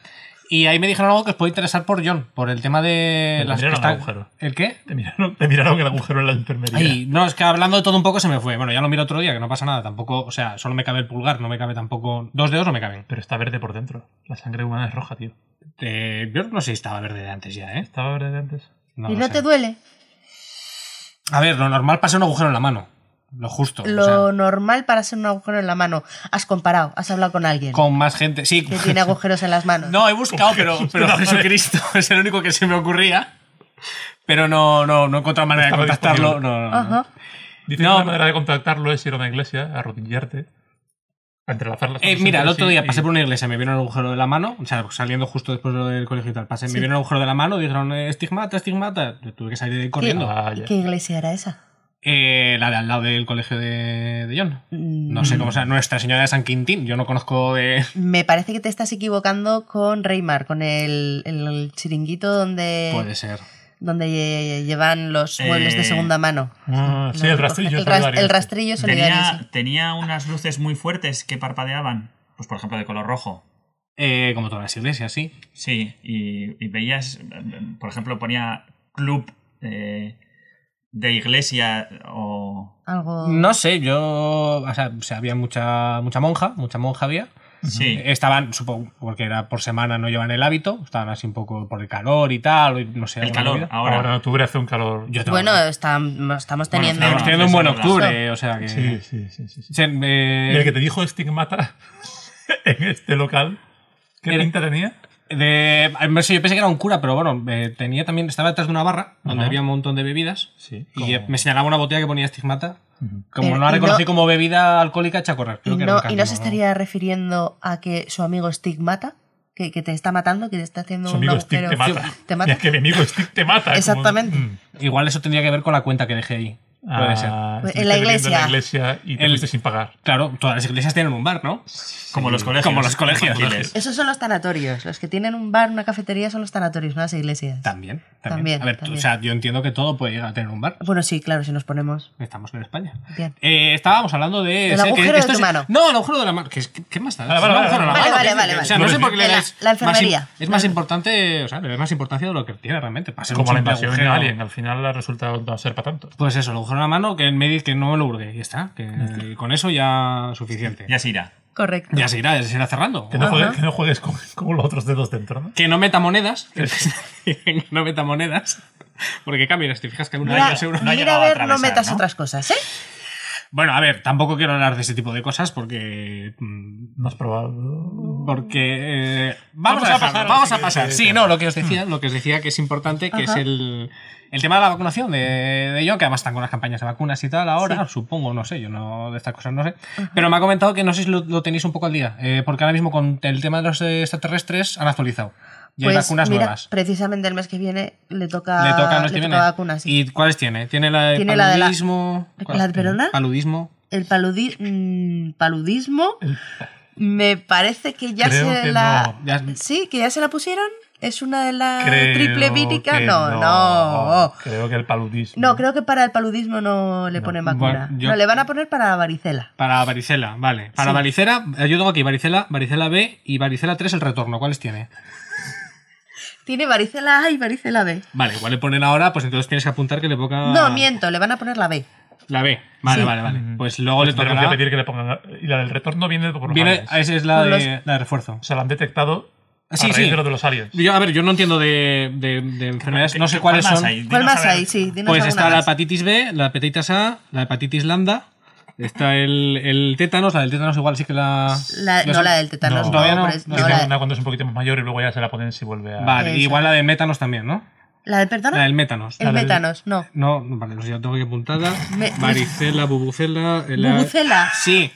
[SPEAKER 3] Y ahí me dijeron algo que os puede interesar por John, por el tema de
[SPEAKER 2] Pero
[SPEAKER 3] las
[SPEAKER 2] miraron
[SPEAKER 3] que están-
[SPEAKER 2] el agujero.
[SPEAKER 3] ¿El qué?
[SPEAKER 2] te miraron te miraron el agujero en la enfermería
[SPEAKER 3] Ay, no, es que hablando de todo un poco se me fue. Bueno, ya lo miro otro día, que no pasa nada. Tampoco, o sea, solo me cabe el pulgar, no me cabe tampoco. Dos dedos no me caben.
[SPEAKER 2] pero está verde por dentro la sangre humana es roja tío
[SPEAKER 3] Eh, yo no sé si estaba verde de antes ya, ¿eh?
[SPEAKER 2] estaba verde de antes
[SPEAKER 3] No
[SPEAKER 1] ¿Y
[SPEAKER 3] lo
[SPEAKER 1] no
[SPEAKER 3] sé.
[SPEAKER 1] te duele?
[SPEAKER 3] A ver, lo normal pasa un agujero en la mano. Lo justo. o
[SPEAKER 1] lo
[SPEAKER 3] sea,
[SPEAKER 1] normal para ser un agujero en la mano. Has comparado, has hablado con alguien
[SPEAKER 3] con más gente. Sí,
[SPEAKER 1] que tiene agujeros en las manos.
[SPEAKER 3] No, he buscado, pero, pero Jesucristo es el único que se me ocurría. Pero no, no, no he encontrado manera de
[SPEAKER 2] Estaba
[SPEAKER 3] contactarlo.
[SPEAKER 2] disponible.
[SPEAKER 3] No, no, no.
[SPEAKER 1] Ajá.
[SPEAKER 2] dice
[SPEAKER 3] No,
[SPEAKER 2] una
[SPEAKER 3] pero-
[SPEAKER 2] manera de contactarlo es ir a una iglesia a arrodillarte a entrelazar las
[SPEAKER 3] Eh,
[SPEAKER 2] manos
[SPEAKER 3] mira, el
[SPEAKER 2] entre
[SPEAKER 3] otro
[SPEAKER 2] sí
[SPEAKER 3] día
[SPEAKER 2] y-
[SPEAKER 3] pasé por una iglesia, me vieron el agujero de la mano, o sea, saliendo justo después del colegio y tal, pasé, me vieron el agujero de la mano, dijeron, eh, estigmata, estigmata, yo tuve que salir de ahí corriendo.
[SPEAKER 2] Ah, ya.
[SPEAKER 1] ¿Qué iglesia era esa?
[SPEAKER 3] eh, la de al lado del colegio de, de John.
[SPEAKER 1] Mm,
[SPEAKER 3] No sé cómo sea, Nuestra Señora de San Quintín. Yo no conozco de.
[SPEAKER 1] Me parece que te estás equivocando con Reymar, con el, el chiringuito donde,
[SPEAKER 3] Puede ser.
[SPEAKER 1] donde lle- llevan los
[SPEAKER 4] Eh,
[SPEAKER 1] muebles de segunda mano.
[SPEAKER 2] Ah, sí,
[SPEAKER 1] No,
[SPEAKER 2] el rastrillo
[SPEAKER 1] El, ras-
[SPEAKER 2] solidario.
[SPEAKER 1] el rastrillo solidario. sí.
[SPEAKER 4] Tenía, tenía unas luces muy fuertes que parpadeaban. Pues por ejemplo de color rojo.
[SPEAKER 3] Eh, como todas las iglesias, sí.
[SPEAKER 4] Sí, y, y veías, eh, por ejemplo, ponía club eh, de iglesia o...
[SPEAKER 1] Algo...
[SPEAKER 3] No sé, yo. O sea, o sea, había mucha, mucha monja, mucha monja había.
[SPEAKER 4] Sí,
[SPEAKER 3] Estaban, supongo, porque era por semana, no llevan el hábito. Estaban así un poco por el calor y tal, o no sé.
[SPEAKER 4] el
[SPEAKER 3] alguna
[SPEAKER 4] calor,
[SPEAKER 3] movida.
[SPEAKER 2] Ahora,
[SPEAKER 4] ahora.
[SPEAKER 2] en octubre hace un calor.
[SPEAKER 3] Yo tengo-
[SPEAKER 1] Bueno, estamos, estamos teniendo...
[SPEAKER 3] Estamos
[SPEAKER 4] no,
[SPEAKER 3] teniendo un
[SPEAKER 4] eso
[SPEAKER 3] buen
[SPEAKER 4] es verdad.
[SPEAKER 3] octubre, o sea que.
[SPEAKER 2] Sí, sí, sí. sí, sí.
[SPEAKER 3] Se-
[SPEAKER 2] Y el
[SPEAKER 3] eh,
[SPEAKER 2] que te dijo estigmata en este local, ¿qué
[SPEAKER 3] Era-
[SPEAKER 2] pinta tenía?
[SPEAKER 3] de- no sé, yo pensé que era un cura, pero bueno, eh, tenía también, estaba detrás de una barra donde
[SPEAKER 2] Ajá.
[SPEAKER 3] había un montón de bebidas
[SPEAKER 2] Sí.
[SPEAKER 3] y eh, me señalaba una botella que ponía estigmata. Como
[SPEAKER 1] Pero-
[SPEAKER 3] no
[SPEAKER 1] y no-
[SPEAKER 3] la reconocí como bebida alcohólica, echa a correr.
[SPEAKER 1] ¿Y
[SPEAKER 3] Creo que era
[SPEAKER 1] no,
[SPEAKER 3] un
[SPEAKER 1] y
[SPEAKER 3] cántamo,
[SPEAKER 1] no se estaría refiriendo a que su amigo Stick mata? Que, que te está matando, que te está haciendo
[SPEAKER 2] Su
[SPEAKER 1] un
[SPEAKER 2] amigo Stick
[SPEAKER 1] agujero.
[SPEAKER 2] te mata.
[SPEAKER 1] ¿Te mata?
[SPEAKER 2] Es que mi amigo Stick te mata. como-
[SPEAKER 1] Exactamente.
[SPEAKER 2] Mm.
[SPEAKER 3] Igual eso tendría que ver con la cuenta que dejé ahí. Puede
[SPEAKER 2] Ah,
[SPEAKER 3] ser.
[SPEAKER 2] estuviste
[SPEAKER 1] En la
[SPEAKER 2] bebiendo En la
[SPEAKER 1] iglesia.
[SPEAKER 2] iglesia y te
[SPEAKER 3] El-
[SPEAKER 2] fuiste sin pagar.
[SPEAKER 3] Claro, todas las iglesias tienen un bar, ¿no?
[SPEAKER 4] como los colegios.
[SPEAKER 3] Como los colegios.
[SPEAKER 4] infantiles.
[SPEAKER 1] Esos son los tanatorios. Los que tienen un bar, una cafetería son los tanatorios, no las iglesias.
[SPEAKER 3] También. También.
[SPEAKER 1] También,
[SPEAKER 3] A ver, tú-
[SPEAKER 1] también.
[SPEAKER 3] o sea, yo entiendo que todo puede llegar a tener un bar.
[SPEAKER 1] Bueno, sí, claro, si nos ponemos.
[SPEAKER 3] Estamos en España.
[SPEAKER 1] Bien.
[SPEAKER 3] Eh, estábamos hablando de.
[SPEAKER 1] El
[SPEAKER 3] sé que
[SPEAKER 1] agujero de
[SPEAKER 3] esto
[SPEAKER 1] tu
[SPEAKER 3] es-
[SPEAKER 1] mano.
[SPEAKER 3] No, el agujero de la mano. ¿Qué, es- qué- qué más da?
[SPEAKER 2] Vale, vale,
[SPEAKER 3] El
[SPEAKER 2] vale,
[SPEAKER 3] agujero de la
[SPEAKER 1] vale,
[SPEAKER 3] mano,
[SPEAKER 1] vale,
[SPEAKER 3] ¿qué-
[SPEAKER 1] vale,
[SPEAKER 3] qué-
[SPEAKER 1] vale.
[SPEAKER 3] O sea, no sé por qué le
[SPEAKER 1] La-
[SPEAKER 3] dais.
[SPEAKER 1] la
[SPEAKER 3] más im-
[SPEAKER 1] enfermería.
[SPEAKER 3] Es más importante, o sea, le dais más importancia de lo que tiene realmente. Para ser un
[SPEAKER 2] Como la
[SPEAKER 3] simple
[SPEAKER 2] invasión de
[SPEAKER 3] agujero.
[SPEAKER 2] Alien, al final ha resultado no ser para tanto.
[SPEAKER 3] Pues eso, el agujero de la mano, que me dice que no me lo hurgue. Y ya está. Que eh, con eso ya suficiente.
[SPEAKER 4] Ya se irá.
[SPEAKER 1] Correcto.
[SPEAKER 3] Ya se irá, ya se irá cerrando.
[SPEAKER 2] Que no juegues, que no juegues con, con los otros dedos dentro, ¿no?
[SPEAKER 3] Que no meta monedas. Que no meta monedas. Porque cambia, si te fijas que una de
[SPEAKER 1] Mira,
[SPEAKER 3] ellas es euro.
[SPEAKER 4] no ha
[SPEAKER 1] mira
[SPEAKER 4] llegado
[SPEAKER 1] a
[SPEAKER 4] a
[SPEAKER 1] ver, no
[SPEAKER 4] atravesar,
[SPEAKER 1] metas
[SPEAKER 4] ¿no?
[SPEAKER 1] otras cosas, ¿eh?
[SPEAKER 3] Bueno, a ver, tampoco quiero hablar de ese tipo de cosas porque. mm,
[SPEAKER 2] No has probado.
[SPEAKER 3] Porque. eh, vamos, a, pasar.
[SPEAKER 2] lo
[SPEAKER 3] Vamos a
[SPEAKER 2] siguiente.
[SPEAKER 3] pasar. Sí, no, lo que os decía, lo que os decía que es importante, que es el. El tema de la vacunación de, de John, que además están con las campañas de vacunas y tal ahora, supongo, no sé, yo no de estas cosas no sé. Pero me ha comentado que no sé si lo, lo tenéis un poco al día, eh, porque ahora mismo con el tema de los eh, extraterrestres han actualizado. Y hay vacunas
[SPEAKER 1] Pues mira,
[SPEAKER 3] nuevas.
[SPEAKER 1] precisamente el mes que viene le toca,
[SPEAKER 3] Le toca, no es que viene.
[SPEAKER 1] vacunas. sí.
[SPEAKER 3] ¿Y cuáles tiene? ¿Tiene la de
[SPEAKER 1] Tiene la de la-
[SPEAKER 3] paludismo?
[SPEAKER 1] ¿La
[SPEAKER 3] ¿Cuál-
[SPEAKER 1] de Perona?
[SPEAKER 3] Paludismo.
[SPEAKER 1] El paludi- mm, paludismo me parece que ya
[SPEAKER 2] Creo
[SPEAKER 1] se
[SPEAKER 2] que
[SPEAKER 1] la...
[SPEAKER 2] no.
[SPEAKER 3] Ya-
[SPEAKER 1] Sí, que ya se la pusieron. Es una de la
[SPEAKER 2] Creo
[SPEAKER 1] Ah, triple vírica.
[SPEAKER 2] que
[SPEAKER 1] No, no.
[SPEAKER 2] Creo que el paludismo.
[SPEAKER 1] No, creo que para el paludismo no le ponen vacuna.
[SPEAKER 3] Bueno, yo-
[SPEAKER 1] No, le van a poner para varicela.
[SPEAKER 3] Para varicela, vale. Para
[SPEAKER 1] Sí.
[SPEAKER 3] varicela, eh, yo tengo aquí varicela, varicela B y varicela 3 el retorno. ¿Cuáles tiene?
[SPEAKER 1] Tiene varicela A y varicela B.
[SPEAKER 3] Vale, igual le ponen ahora, pues entonces tienes que apuntar que le toca
[SPEAKER 1] No, miento, le van a poner la B.
[SPEAKER 3] la B. Vale,
[SPEAKER 1] Sí.
[SPEAKER 3] vale, vale. Pues luego le
[SPEAKER 2] Tendremos que
[SPEAKER 3] tocará.
[SPEAKER 2] pedir que le pongan. Y la del retorno viene por los
[SPEAKER 3] Viene,
[SPEAKER 2] aliens.
[SPEAKER 3] esa es la
[SPEAKER 1] Con
[SPEAKER 3] de, la de refuerzo.
[SPEAKER 2] O sea, la han detectado a
[SPEAKER 3] Sí,
[SPEAKER 2] raíz
[SPEAKER 3] sí.
[SPEAKER 2] de lo de los aliens.
[SPEAKER 3] Yo, a ver, yo no entiendo de, de- de enfermedades, no sé cuáles
[SPEAKER 4] más
[SPEAKER 3] son.
[SPEAKER 4] hay?
[SPEAKER 1] ¿Cuál
[SPEAKER 4] Dinos a
[SPEAKER 1] más
[SPEAKER 4] ver.
[SPEAKER 1] hay? Sí, dinos
[SPEAKER 3] Pues
[SPEAKER 1] alguna
[SPEAKER 3] está la
[SPEAKER 1] más.
[SPEAKER 3] hepatitis B, la hepatitis A, la hepatitis lambda, está el, el tétanos, la del tétanos igual sí que la...
[SPEAKER 1] La- no, la del tétanos.
[SPEAKER 2] No,
[SPEAKER 1] No,
[SPEAKER 3] todavía no.
[SPEAKER 1] pero es-
[SPEAKER 3] No,
[SPEAKER 1] no,
[SPEAKER 2] Que
[SPEAKER 1] la,
[SPEAKER 2] tenga una cuando es un poquito más mayor y luego ya se la ponen si vuelve a.
[SPEAKER 3] Vale,
[SPEAKER 1] Esa.
[SPEAKER 3] igual la del métanos también, ¿no?
[SPEAKER 1] ¿la del perdón?
[SPEAKER 3] La del métanos.
[SPEAKER 1] el
[SPEAKER 3] La del-
[SPEAKER 1] métanos, no.
[SPEAKER 3] No, no, vale, pues ya tengo que apuntada.
[SPEAKER 1] Me-
[SPEAKER 3] Varicela, bubucela... eh, la-
[SPEAKER 1] Bubucela.
[SPEAKER 3] Sí.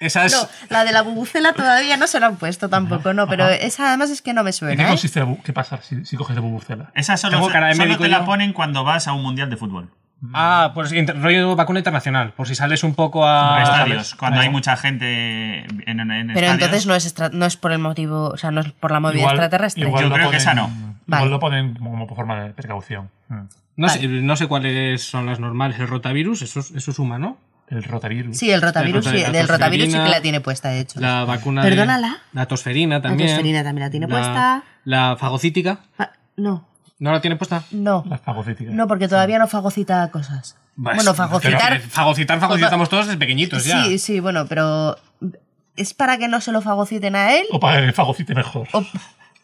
[SPEAKER 3] Esa es...
[SPEAKER 1] No, la de la bubucela todavía no se la han puesto tampoco, no, pero esa además es que no me
[SPEAKER 2] ¿En qué
[SPEAKER 1] suena. ¿eh?
[SPEAKER 2] consiste la bu- qué pasa si, si coges de bubucela?
[SPEAKER 4] Esa solo,
[SPEAKER 3] Tengo cara de
[SPEAKER 4] solo
[SPEAKER 3] médico
[SPEAKER 4] te
[SPEAKER 3] yo.
[SPEAKER 4] la ponen cuando vas a un mundial de fútbol.
[SPEAKER 3] Ah, pues inter- rollo vacuna internacional, por si sales un poco a...
[SPEAKER 4] A estadios, cuando
[SPEAKER 3] Ah, Vale.
[SPEAKER 4] hay mucha gente en, en- en
[SPEAKER 1] Pero
[SPEAKER 4] estadios.
[SPEAKER 1] entonces no es, extra- no es por el motivo, o sea, no es por la movida extraterrestre.
[SPEAKER 4] igual- Yo
[SPEAKER 2] lo
[SPEAKER 4] creo que
[SPEAKER 2] ponen-
[SPEAKER 4] esa no.
[SPEAKER 2] Igual
[SPEAKER 1] Vale.
[SPEAKER 2] lo ponen como por forma de precaución. Mm.
[SPEAKER 3] No,
[SPEAKER 1] Vale.
[SPEAKER 3] sé, no sé cuáles son las normales. El rotavirus, eso es, eso es humano.
[SPEAKER 2] El rotavirus.
[SPEAKER 1] Sí, el rotavirus,
[SPEAKER 3] El
[SPEAKER 1] sí,
[SPEAKER 3] rotavirus,
[SPEAKER 1] del
[SPEAKER 3] la
[SPEAKER 1] rotavirus sí que
[SPEAKER 3] tosferina,
[SPEAKER 1] la tiene puesta, de hecho.
[SPEAKER 3] La vacuna
[SPEAKER 1] Perdónala.
[SPEAKER 3] de... La tosferina también.
[SPEAKER 1] tosferina también la tiene puesta.
[SPEAKER 3] La fagocítica.
[SPEAKER 1] Ah, No,
[SPEAKER 3] ¿No la tiene puesta?
[SPEAKER 1] no,
[SPEAKER 2] Las fagocíticas.
[SPEAKER 1] no, porque todavía no fagocita cosas. Bueno, fagocitar.
[SPEAKER 3] Pero, eh, fagocitar, fagocitamos todos desde pequeñitos ya.
[SPEAKER 1] Sí, sí, bueno, pero es para que no se lo fagociten a
[SPEAKER 3] Oh,
[SPEAKER 1] él.
[SPEAKER 2] O para que fagocite mejor.
[SPEAKER 1] O-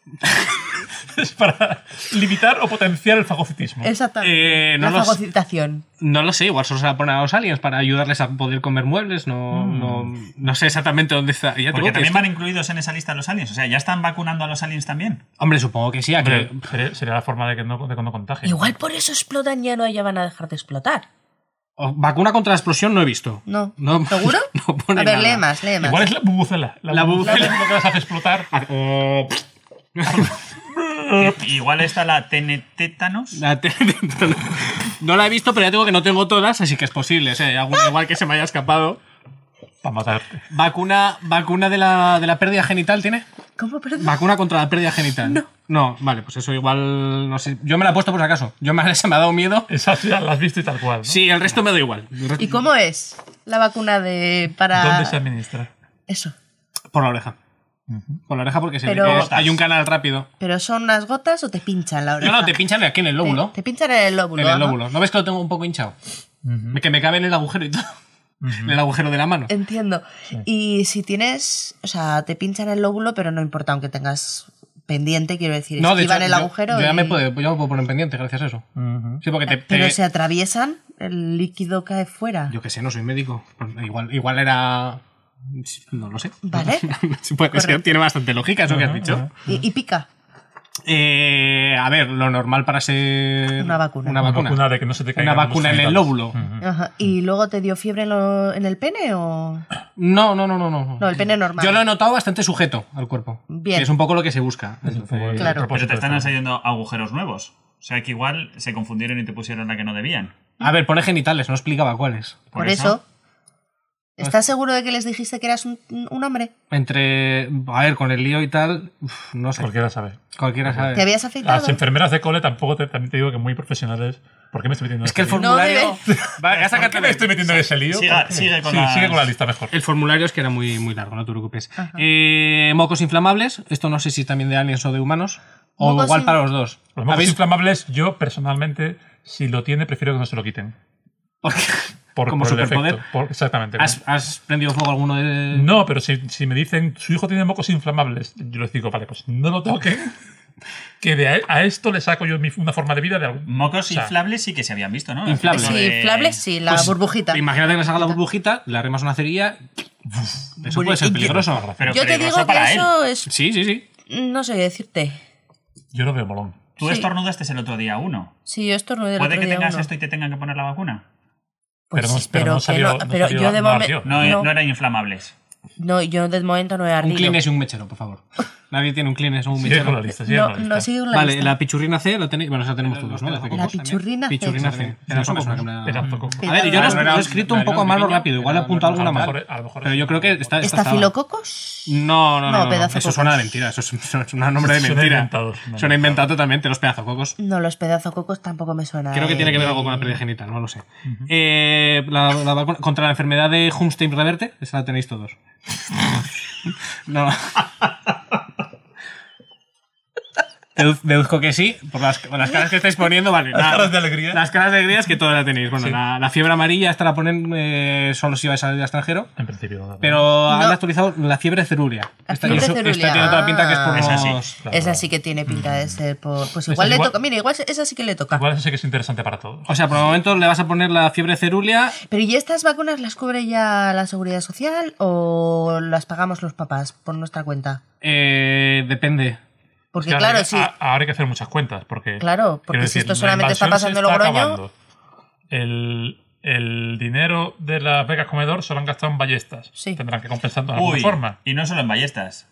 [SPEAKER 2] es para limitar o potenciar el fagocitismo.
[SPEAKER 1] Exactamente.
[SPEAKER 3] Eh, no
[SPEAKER 1] la
[SPEAKER 3] los-
[SPEAKER 1] fagocitación.
[SPEAKER 3] No lo sé, igual solo se la ponen a los aliens para ayudarles a poder comer muebles. No, no, no sé exactamente dónde está. Ya te digo
[SPEAKER 4] Porque
[SPEAKER 3] que
[SPEAKER 4] también
[SPEAKER 3] esto-
[SPEAKER 4] van incluidos en esa lista los aliens. O sea, ya están vacunando a los aliens también.
[SPEAKER 3] Hombre, supongo que sí. a que-
[SPEAKER 2] Hombre, sería, sería la forma de que no, de que no
[SPEAKER 3] Eh.
[SPEAKER 2] contagie.
[SPEAKER 1] Igual por eso explotan ya no ya van a dejar de explotar.
[SPEAKER 3] o- vacuna contra la explosión no he visto.
[SPEAKER 1] No.
[SPEAKER 3] No-
[SPEAKER 1] ¿Seguro?
[SPEAKER 3] no pone
[SPEAKER 1] a ver,
[SPEAKER 3] nada.
[SPEAKER 1] lee más, lee más.
[SPEAKER 2] Igual es la bubucela. bubucela
[SPEAKER 3] La bubucela.
[SPEAKER 2] es lo que las hace explotar.
[SPEAKER 3] Ah, eh,
[SPEAKER 4] Igual está la tenetétanos.
[SPEAKER 3] La te- no la he visto, pero ya tengo que no tengo todas, así que es posible. O sea, hay alguna igual que se me haya escapado.
[SPEAKER 2] Para matarte.
[SPEAKER 3] ¿Vacuna, vacuna de, la, de la pérdida genital tiene?
[SPEAKER 1] ¿Cómo, perdón?
[SPEAKER 3] ¿Vacuna contra la pérdida genital? No. vale, pues eso igual. No sé. Yo me la he puesto por si acaso. Yo me, se me ha dado miedo.
[SPEAKER 2] Esa sí la has visto y tal cual. ¿no?
[SPEAKER 3] Sí, el resto me da igual. El resto-
[SPEAKER 1] ¿Y cómo es la vacuna de para
[SPEAKER 2] ¿Dónde se administra?
[SPEAKER 1] eso?
[SPEAKER 3] Por la oreja. Por la oreja porque se ve
[SPEAKER 1] Pero-
[SPEAKER 3] que es- hay un canal rápido.
[SPEAKER 1] ¿Pero son unas gotas o te pinchan la
[SPEAKER 3] No,
[SPEAKER 1] oreja?
[SPEAKER 3] no, te pinchan aquí en el lóbulo.
[SPEAKER 1] Te, te pinchan en el lóbulo.
[SPEAKER 3] En el
[SPEAKER 1] ajá.
[SPEAKER 3] lóbulo. ¿No ves que lo tengo un poco hinchado? Que me cabe en el agujero y todo. En el agujero de la mano.
[SPEAKER 1] Entiendo. Y si tienes, o sea, te pinchan el lóbulo, pero no importa aunque tengas pendiente, quiero decir,
[SPEAKER 3] No, de
[SPEAKER 1] esquivan
[SPEAKER 3] hecho,
[SPEAKER 1] el
[SPEAKER 3] yo-
[SPEAKER 1] agujero.
[SPEAKER 3] Yo, ya
[SPEAKER 1] y-
[SPEAKER 3] me puedo, yo me puedo poner en pendiente gracias a eso. Sí, porque te,
[SPEAKER 1] Pero
[SPEAKER 3] te-
[SPEAKER 1] se atraviesan, el líquido cae fuera.
[SPEAKER 3] Yo que sé, no soy médico. pues Igual, igual era. No lo sé.
[SPEAKER 1] Vale.
[SPEAKER 3] Sí, puede ser, tiene bastante lógica eso que has dicho.
[SPEAKER 1] Y, y pica.
[SPEAKER 3] Eh, a ver, lo normal para ser.
[SPEAKER 1] Una vacuna.
[SPEAKER 3] Una
[SPEAKER 2] Una
[SPEAKER 3] vacuna.
[SPEAKER 2] vacuna de que no se te caiga Mm.
[SPEAKER 3] Una vacuna en el lóbulo.
[SPEAKER 1] Ajá. ¿Y
[SPEAKER 3] Mm.
[SPEAKER 1] luego te dio fiebre en, lo- en el pene o...?
[SPEAKER 3] No, no, no, no, no.
[SPEAKER 1] No, el pene normal.
[SPEAKER 3] Yo lo he notado bastante sujeto al cuerpo.
[SPEAKER 1] Bien.
[SPEAKER 3] Que Es un poco lo que se busca.
[SPEAKER 1] Claro.
[SPEAKER 4] Pero te están saliendo agujeros nuevos. O sea que igual se confundieron y te pusieron la que no debían.
[SPEAKER 2] eh.
[SPEAKER 3] A ver, pone genitales, no explicaba cuáles.
[SPEAKER 1] Por, eso.
[SPEAKER 3] Pues
[SPEAKER 1] ¿Estás seguro de que les dijiste que eras un, un hombre?
[SPEAKER 3] Entre. A ver, con el lío y tal. uf, no sé.
[SPEAKER 2] Cualquiera sabe.
[SPEAKER 3] Cualquiera sabe.
[SPEAKER 1] ¿Te habías
[SPEAKER 2] Las
[SPEAKER 1] afeitado?
[SPEAKER 2] enfermeras de cole tampoco te, también te digo que muy profesionales. ¿Por qué me estoy metiendo
[SPEAKER 3] Es que el
[SPEAKER 2] en ese lío?
[SPEAKER 3] formulario. Vale,
[SPEAKER 2] ¿Por
[SPEAKER 3] ya sácate
[SPEAKER 2] qué me estoy metiendo en ese lío?
[SPEAKER 4] Siga-
[SPEAKER 2] ¿Por qué?
[SPEAKER 4] sigue con
[SPEAKER 2] Sí,
[SPEAKER 4] las-
[SPEAKER 2] sigue con la lista mejor.
[SPEAKER 3] El formulario es que era muy, muy largo, no te preocupes. Eh, mocos inflamables, esto no sé si también de aliens o de humanos. O
[SPEAKER 1] Mocos
[SPEAKER 3] igual
[SPEAKER 1] in-
[SPEAKER 3] para los dos.
[SPEAKER 2] Los mocos
[SPEAKER 3] ¿Habéis-
[SPEAKER 2] inflamables, yo personalmente, si lo tiene, prefiero que no se lo quiten.
[SPEAKER 3] porque-
[SPEAKER 2] Por,
[SPEAKER 3] Como
[SPEAKER 2] por el
[SPEAKER 3] superpoder.
[SPEAKER 2] efecto, por- exactamente.
[SPEAKER 3] ¿Has, has prendido fuego alguno de.?
[SPEAKER 2] No, pero si, si me dicen, su hijo tiene mocos inflamables, yo les digo, vale, pues no lo toquen. Que de a, a esto le saco yo mi- una forma de vida de algún.
[SPEAKER 4] Mocos
[SPEAKER 2] O sea,
[SPEAKER 4] inflables sí que se habían visto, ¿no?
[SPEAKER 3] Inflables.
[SPEAKER 4] Eso
[SPEAKER 1] Sí,
[SPEAKER 4] de-
[SPEAKER 1] inflables sí, la
[SPEAKER 3] Pues,
[SPEAKER 1] burbujita.
[SPEAKER 3] Imagínate que le salga la burbujita, le arrimas una cerilla. uf, Eso puede ser peligroso.
[SPEAKER 4] Pero
[SPEAKER 1] Yo te
[SPEAKER 4] peligroso
[SPEAKER 1] digo que
[SPEAKER 4] para él.
[SPEAKER 1] eso es...
[SPEAKER 3] Sí, sí, sí.
[SPEAKER 1] No sé qué decirte.
[SPEAKER 2] Yo lo veo molón.
[SPEAKER 4] Tú
[SPEAKER 1] sí.
[SPEAKER 4] estornudaste el otro día uno.
[SPEAKER 1] Si yo estornudé el
[SPEAKER 4] ¿Puede
[SPEAKER 1] otro
[SPEAKER 4] que
[SPEAKER 1] día
[SPEAKER 4] tengas este
[SPEAKER 1] uno.
[SPEAKER 4] esto y te tengan que poner la vacuna?
[SPEAKER 1] Pues
[SPEAKER 2] Pero no-
[SPEAKER 1] espero
[SPEAKER 2] pero no
[SPEAKER 1] que
[SPEAKER 2] salió-
[SPEAKER 1] no-
[SPEAKER 2] no
[SPEAKER 1] pero
[SPEAKER 2] salió
[SPEAKER 1] yo
[SPEAKER 2] la-
[SPEAKER 1] de
[SPEAKER 2] no
[SPEAKER 1] momen-
[SPEAKER 2] ardió.
[SPEAKER 4] No, eh,
[SPEAKER 1] No.
[SPEAKER 4] no eran inflamables.
[SPEAKER 1] No, yo de momento no he
[SPEAKER 3] Un
[SPEAKER 1] ardido.
[SPEAKER 3] Kleenex y un mechero, por favor. Nadie tiene un Kleenex o un
[SPEAKER 2] Sigue
[SPEAKER 3] mechero.
[SPEAKER 2] con la lista, sigue
[SPEAKER 1] no,
[SPEAKER 2] con la
[SPEAKER 1] no,
[SPEAKER 2] lista.
[SPEAKER 1] sigue con la
[SPEAKER 3] Vale,
[SPEAKER 1] lista.
[SPEAKER 3] la pichurrina C la tenéis. Bueno, esa la tenemos todos, ¿no?
[SPEAKER 1] La pichurrina C.
[SPEAKER 3] Pichurrina C.
[SPEAKER 2] Era
[SPEAKER 3] Era una persona que
[SPEAKER 2] poco,
[SPEAKER 3] me la-
[SPEAKER 2] era poco.
[SPEAKER 3] A ver, yo lo he- lo he escrito un poco a mano rápido, igual he apuntado alguna
[SPEAKER 2] A lo
[SPEAKER 3] mal.
[SPEAKER 2] mejor- a lo mejor
[SPEAKER 3] Pero
[SPEAKER 2] es-
[SPEAKER 3] yo creo que está. esta estaba.
[SPEAKER 1] ¿Estafilococos?
[SPEAKER 3] No, no,
[SPEAKER 1] No,
[SPEAKER 3] no. no,
[SPEAKER 1] pedazo
[SPEAKER 3] Eso
[SPEAKER 1] cocos.
[SPEAKER 3] suena de mentira. Eso es, es un nombre de
[SPEAKER 2] Suena
[SPEAKER 3] mentira.
[SPEAKER 2] inventado, suena
[SPEAKER 3] Suena
[SPEAKER 2] inventado.
[SPEAKER 3] inventado totalmente, los pedazococos.
[SPEAKER 1] No, los pedazococos tampoco me suena.
[SPEAKER 3] Creo que
[SPEAKER 1] eh,
[SPEAKER 3] tiene que ver algo con la pérdida genital, no lo sé. Eh, la, la vacuna contra la enfermedad de Humstein Reverte, esa la tenéis todos. no. Dedu- Deduzco que sí, por las, por las caras que estáis poniendo, vale. Las
[SPEAKER 2] caras de alegría.
[SPEAKER 3] Las caras de alegría es que todas la tenéis. Bueno,
[SPEAKER 2] Sí.
[SPEAKER 3] la, la fiebre amarilla esta la ponen eh, solo si vais al extranjero.
[SPEAKER 2] En principio, no.
[SPEAKER 3] Pero han actualizado la fiebre cerúlea.
[SPEAKER 1] La
[SPEAKER 3] Esta,
[SPEAKER 1] fiebre
[SPEAKER 3] yo su-
[SPEAKER 1] cerúlea,
[SPEAKER 3] esta tiene toda la pinta que es por
[SPEAKER 1] ah.
[SPEAKER 4] Es así.
[SPEAKER 3] los-
[SPEAKER 2] Claro.
[SPEAKER 1] Esa sí que tiene pinta
[SPEAKER 3] Mm.
[SPEAKER 1] de ser por. Pues
[SPEAKER 2] Esa
[SPEAKER 1] igual le
[SPEAKER 2] igual-
[SPEAKER 1] toca. Mira, igual esa sí que le toca.
[SPEAKER 2] Igual eso sí que es interesante para todos.
[SPEAKER 3] O sea, por el momento le vas a poner la fiebre cerúlea.
[SPEAKER 1] Pero ¿y estas vacunas las cubre ya la seguridad social o las pagamos los papás por nuestra cuenta?
[SPEAKER 3] eh, depende.
[SPEAKER 1] Porque
[SPEAKER 2] Es que
[SPEAKER 1] claro,
[SPEAKER 2] ahora,
[SPEAKER 1] sí.
[SPEAKER 2] hay que- eh,
[SPEAKER 3] ah,
[SPEAKER 2] a- ahora hay que hacer muchas cuentas, porque...
[SPEAKER 1] Claro, porque
[SPEAKER 2] quiero
[SPEAKER 1] si esto
[SPEAKER 2] la
[SPEAKER 1] solamente está
[SPEAKER 2] invasión
[SPEAKER 1] pasando
[SPEAKER 2] se
[SPEAKER 1] en Logroño-
[SPEAKER 2] acabando. El, el dinero de las becas comedor se lo han gastado en ballestas.
[SPEAKER 1] Sí.
[SPEAKER 2] Tendrán que compensarlo de alguna
[SPEAKER 4] Uy,
[SPEAKER 2] forma.
[SPEAKER 4] y no solo en ballestas.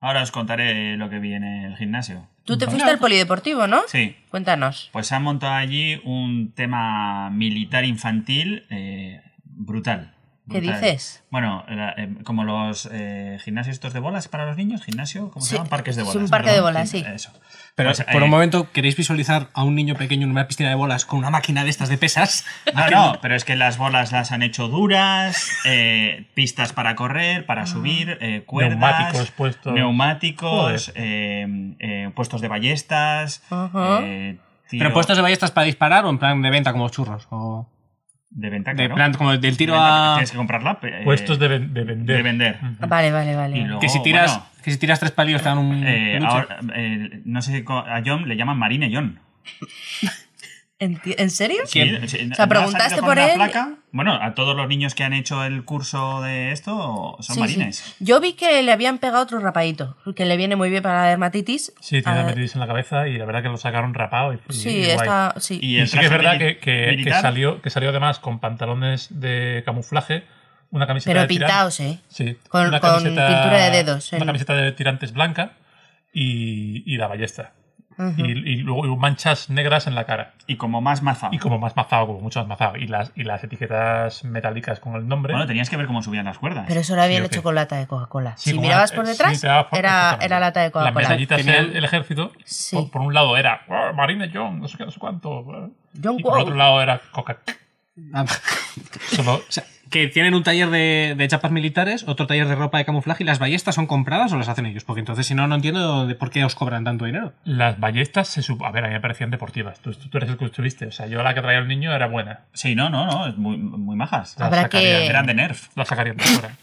[SPEAKER 4] Ahora os contaré lo que vi en el gimnasio.
[SPEAKER 1] Tú te fuiste al
[SPEAKER 4] pues
[SPEAKER 1] polideportivo, ¿no?
[SPEAKER 4] Sí,
[SPEAKER 1] Cuéntanos.
[SPEAKER 4] pues se ha montado allí un tema militar infantil eh, brutal.
[SPEAKER 1] ¿Qué
[SPEAKER 4] brutal.
[SPEAKER 1] dices?
[SPEAKER 4] Bueno, la- eh, como los eh, gimnasios estos de bolas para los niños, gimnasio, ¿cómo
[SPEAKER 1] Sí,
[SPEAKER 4] se llaman? Parques de
[SPEAKER 1] es
[SPEAKER 4] bolas.
[SPEAKER 1] un parque de
[SPEAKER 4] perdón.
[SPEAKER 1] bolas, sí.
[SPEAKER 4] Eso.
[SPEAKER 3] Pero
[SPEAKER 4] Pues,
[SPEAKER 3] por
[SPEAKER 4] eh,
[SPEAKER 3] un momento, ¿queréis visualizar a un niño pequeño en una piscina de bolas con una máquina de estas de pesas?
[SPEAKER 4] No, no, pero es que las bolas las han hecho duras, eh, pistas para correr, para subir, eh, cuerdas,
[SPEAKER 2] Ah. Neumáticos puestos.
[SPEAKER 4] neumáticos,
[SPEAKER 2] Joder.
[SPEAKER 4] eh, eh, puestos de ballestas,
[SPEAKER 1] Ajá.
[SPEAKER 4] eh, tiro
[SPEAKER 3] ¿Pero puestos de ballestas para disparar o en plan de venta como churros? O
[SPEAKER 4] de venta,
[SPEAKER 3] de
[SPEAKER 4] claro.
[SPEAKER 3] plan como del tiro
[SPEAKER 4] De venta,
[SPEAKER 3] a...
[SPEAKER 4] Tienes que comprarla. eh,
[SPEAKER 2] Puestos de, ven- de vender. Mm.
[SPEAKER 4] de vender.
[SPEAKER 1] Vale, vale, vale.
[SPEAKER 4] Y luego,
[SPEAKER 3] Que si tiras,
[SPEAKER 4] bueno,
[SPEAKER 3] que si tiras tres palillos te dan un...
[SPEAKER 4] eh,
[SPEAKER 3] peluche.
[SPEAKER 4] ahora, eh, no sé, co- a John le llaman Marine John.
[SPEAKER 1] Enti- ¿En serio?
[SPEAKER 4] Sí,
[SPEAKER 1] O
[SPEAKER 4] sí,
[SPEAKER 1] sea,
[SPEAKER 4] ¿no ha salido
[SPEAKER 1] preguntaste
[SPEAKER 4] con
[SPEAKER 1] por
[SPEAKER 4] una
[SPEAKER 1] él.
[SPEAKER 4] placa? Bueno, a todos los niños que han hecho el curso de esto son
[SPEAKER 1] Sí,
[SPEAKER 4] marines.
[SPEAKER 1] sí. Yo vi que le habían pegado otro rapadito, que le viene muy bien para la dermatitis.
[SPEAKER 2] Sí, tiene
[SPEAKER 1] Ah,
[SPEAKER 2] dermatitis en la cabeza y la verdad que lo sacaron rapado. Y, y- y
[SPEAKER 1] Sí,
[SPEAKER 2] guay.
[SPEAKER 1] está. Sí.
[SPEAKER 4] Y-
[SPEAKER 2] Y,
[SPEAKER 4] el
[SPEAKER 2] sí que es
[SPEAKER 4] traje
[SPEAKER 2] verdad
[SPEAKER 4] mili-
[SPEAKER 2] que, que, que
[SPEAKER 4] militar.
[SPEAKER 2] salió, que salió además con pantalones de camuflaje, una camiseta
[SPEAKER 1] Pero
[SPEAKER 2] de tirante-
[SPEAKER 1] pintaos, ¿eh?
[SPEAKER 2] Sí,
[SPEAKER 1] Con-
[SPEAKER 2] una
[SPEAKER 1] con pintura de dedos,
[SPEAKER 2] Una
[SPEAKER 1] el-
[SPEAKER 2] camiseta de tirantes blanca y, y la ballesta. y, y luego manchas negras en la cara.
[SPEAKER 4] Y como más maza.
[SPEAKER 2] Y como más mazado, como mucho más mazado. Y las, y las etiquetas metálicas con el nombre.
[SPEAKER 4] Bueno, tenías que ver cómo subían las cuerdas.
[SPEAKER 1] Pero eso lo habían
[SPEAKER 2] ok.
[SPEAKER 1] hecho con lata de Coca-Cola.
[SPEAKER 2] Sí,
[SPEAKER 1] si
[SPEAKER 2] como
[SPEAKER 1] mirabas
[SPEAKER 2] la-
[SPEAKER 1] por
[SPEAKER 2] eh,
[SPEAKER 1] detrás,
[SPEAKER 2] sí, te dabas por-
[SPEAKER 1] era,
[SPEAKER 2] exactamente.
[SPEAKER 1] era lata de
[SPEAKER 2] Las
[SPEAKER 1] Coca-Cola.
[SPEAKER 2] medallitas
[SPEAKER 3] Tenían-
[SPEAKER 2] el, el ejército,
[SPEAKER 1] Sí.
[SPEAKER 2] por, por un lado era "Buah, Marina John, no sé qué, no sé cuánto. buah".
[SPEAKER 1] John
[SPEAKER 2] y por
[SPEAKER 1] Wall.
[SPEAKER 2] otro lado era Coca.
[SPEAKER 3] Ah,
[SPEAKER 2] Solo,
[SPEAKER 3] o sea, que tienen un taller de, de chapas militares, otro taller de ropa de camuflaje y las ballestas son compradas o las hacen ellos. Porque entonces, si no, no entiendo de por qué os cobran tanto dinero.
[SPEAKER 2] las ballestas se sub... A ver, a mí me parecían deportivas. Tú, tú eres el que estuviste. O sea, yo la que traía el niño era buena.
[SPEAKER 4] Sí, no, no, no, es muy, muy majas.
[SPEAKER 2] La
[SPEAKER 1] Habrá
[SPEAKER 2] sacaría,
[SPEAKER 1] que-
[SPEAKER 2] eran-
[SPEAKER 4] Eran de Nerf.
[SPEAKER 2] La sacaría por fuera.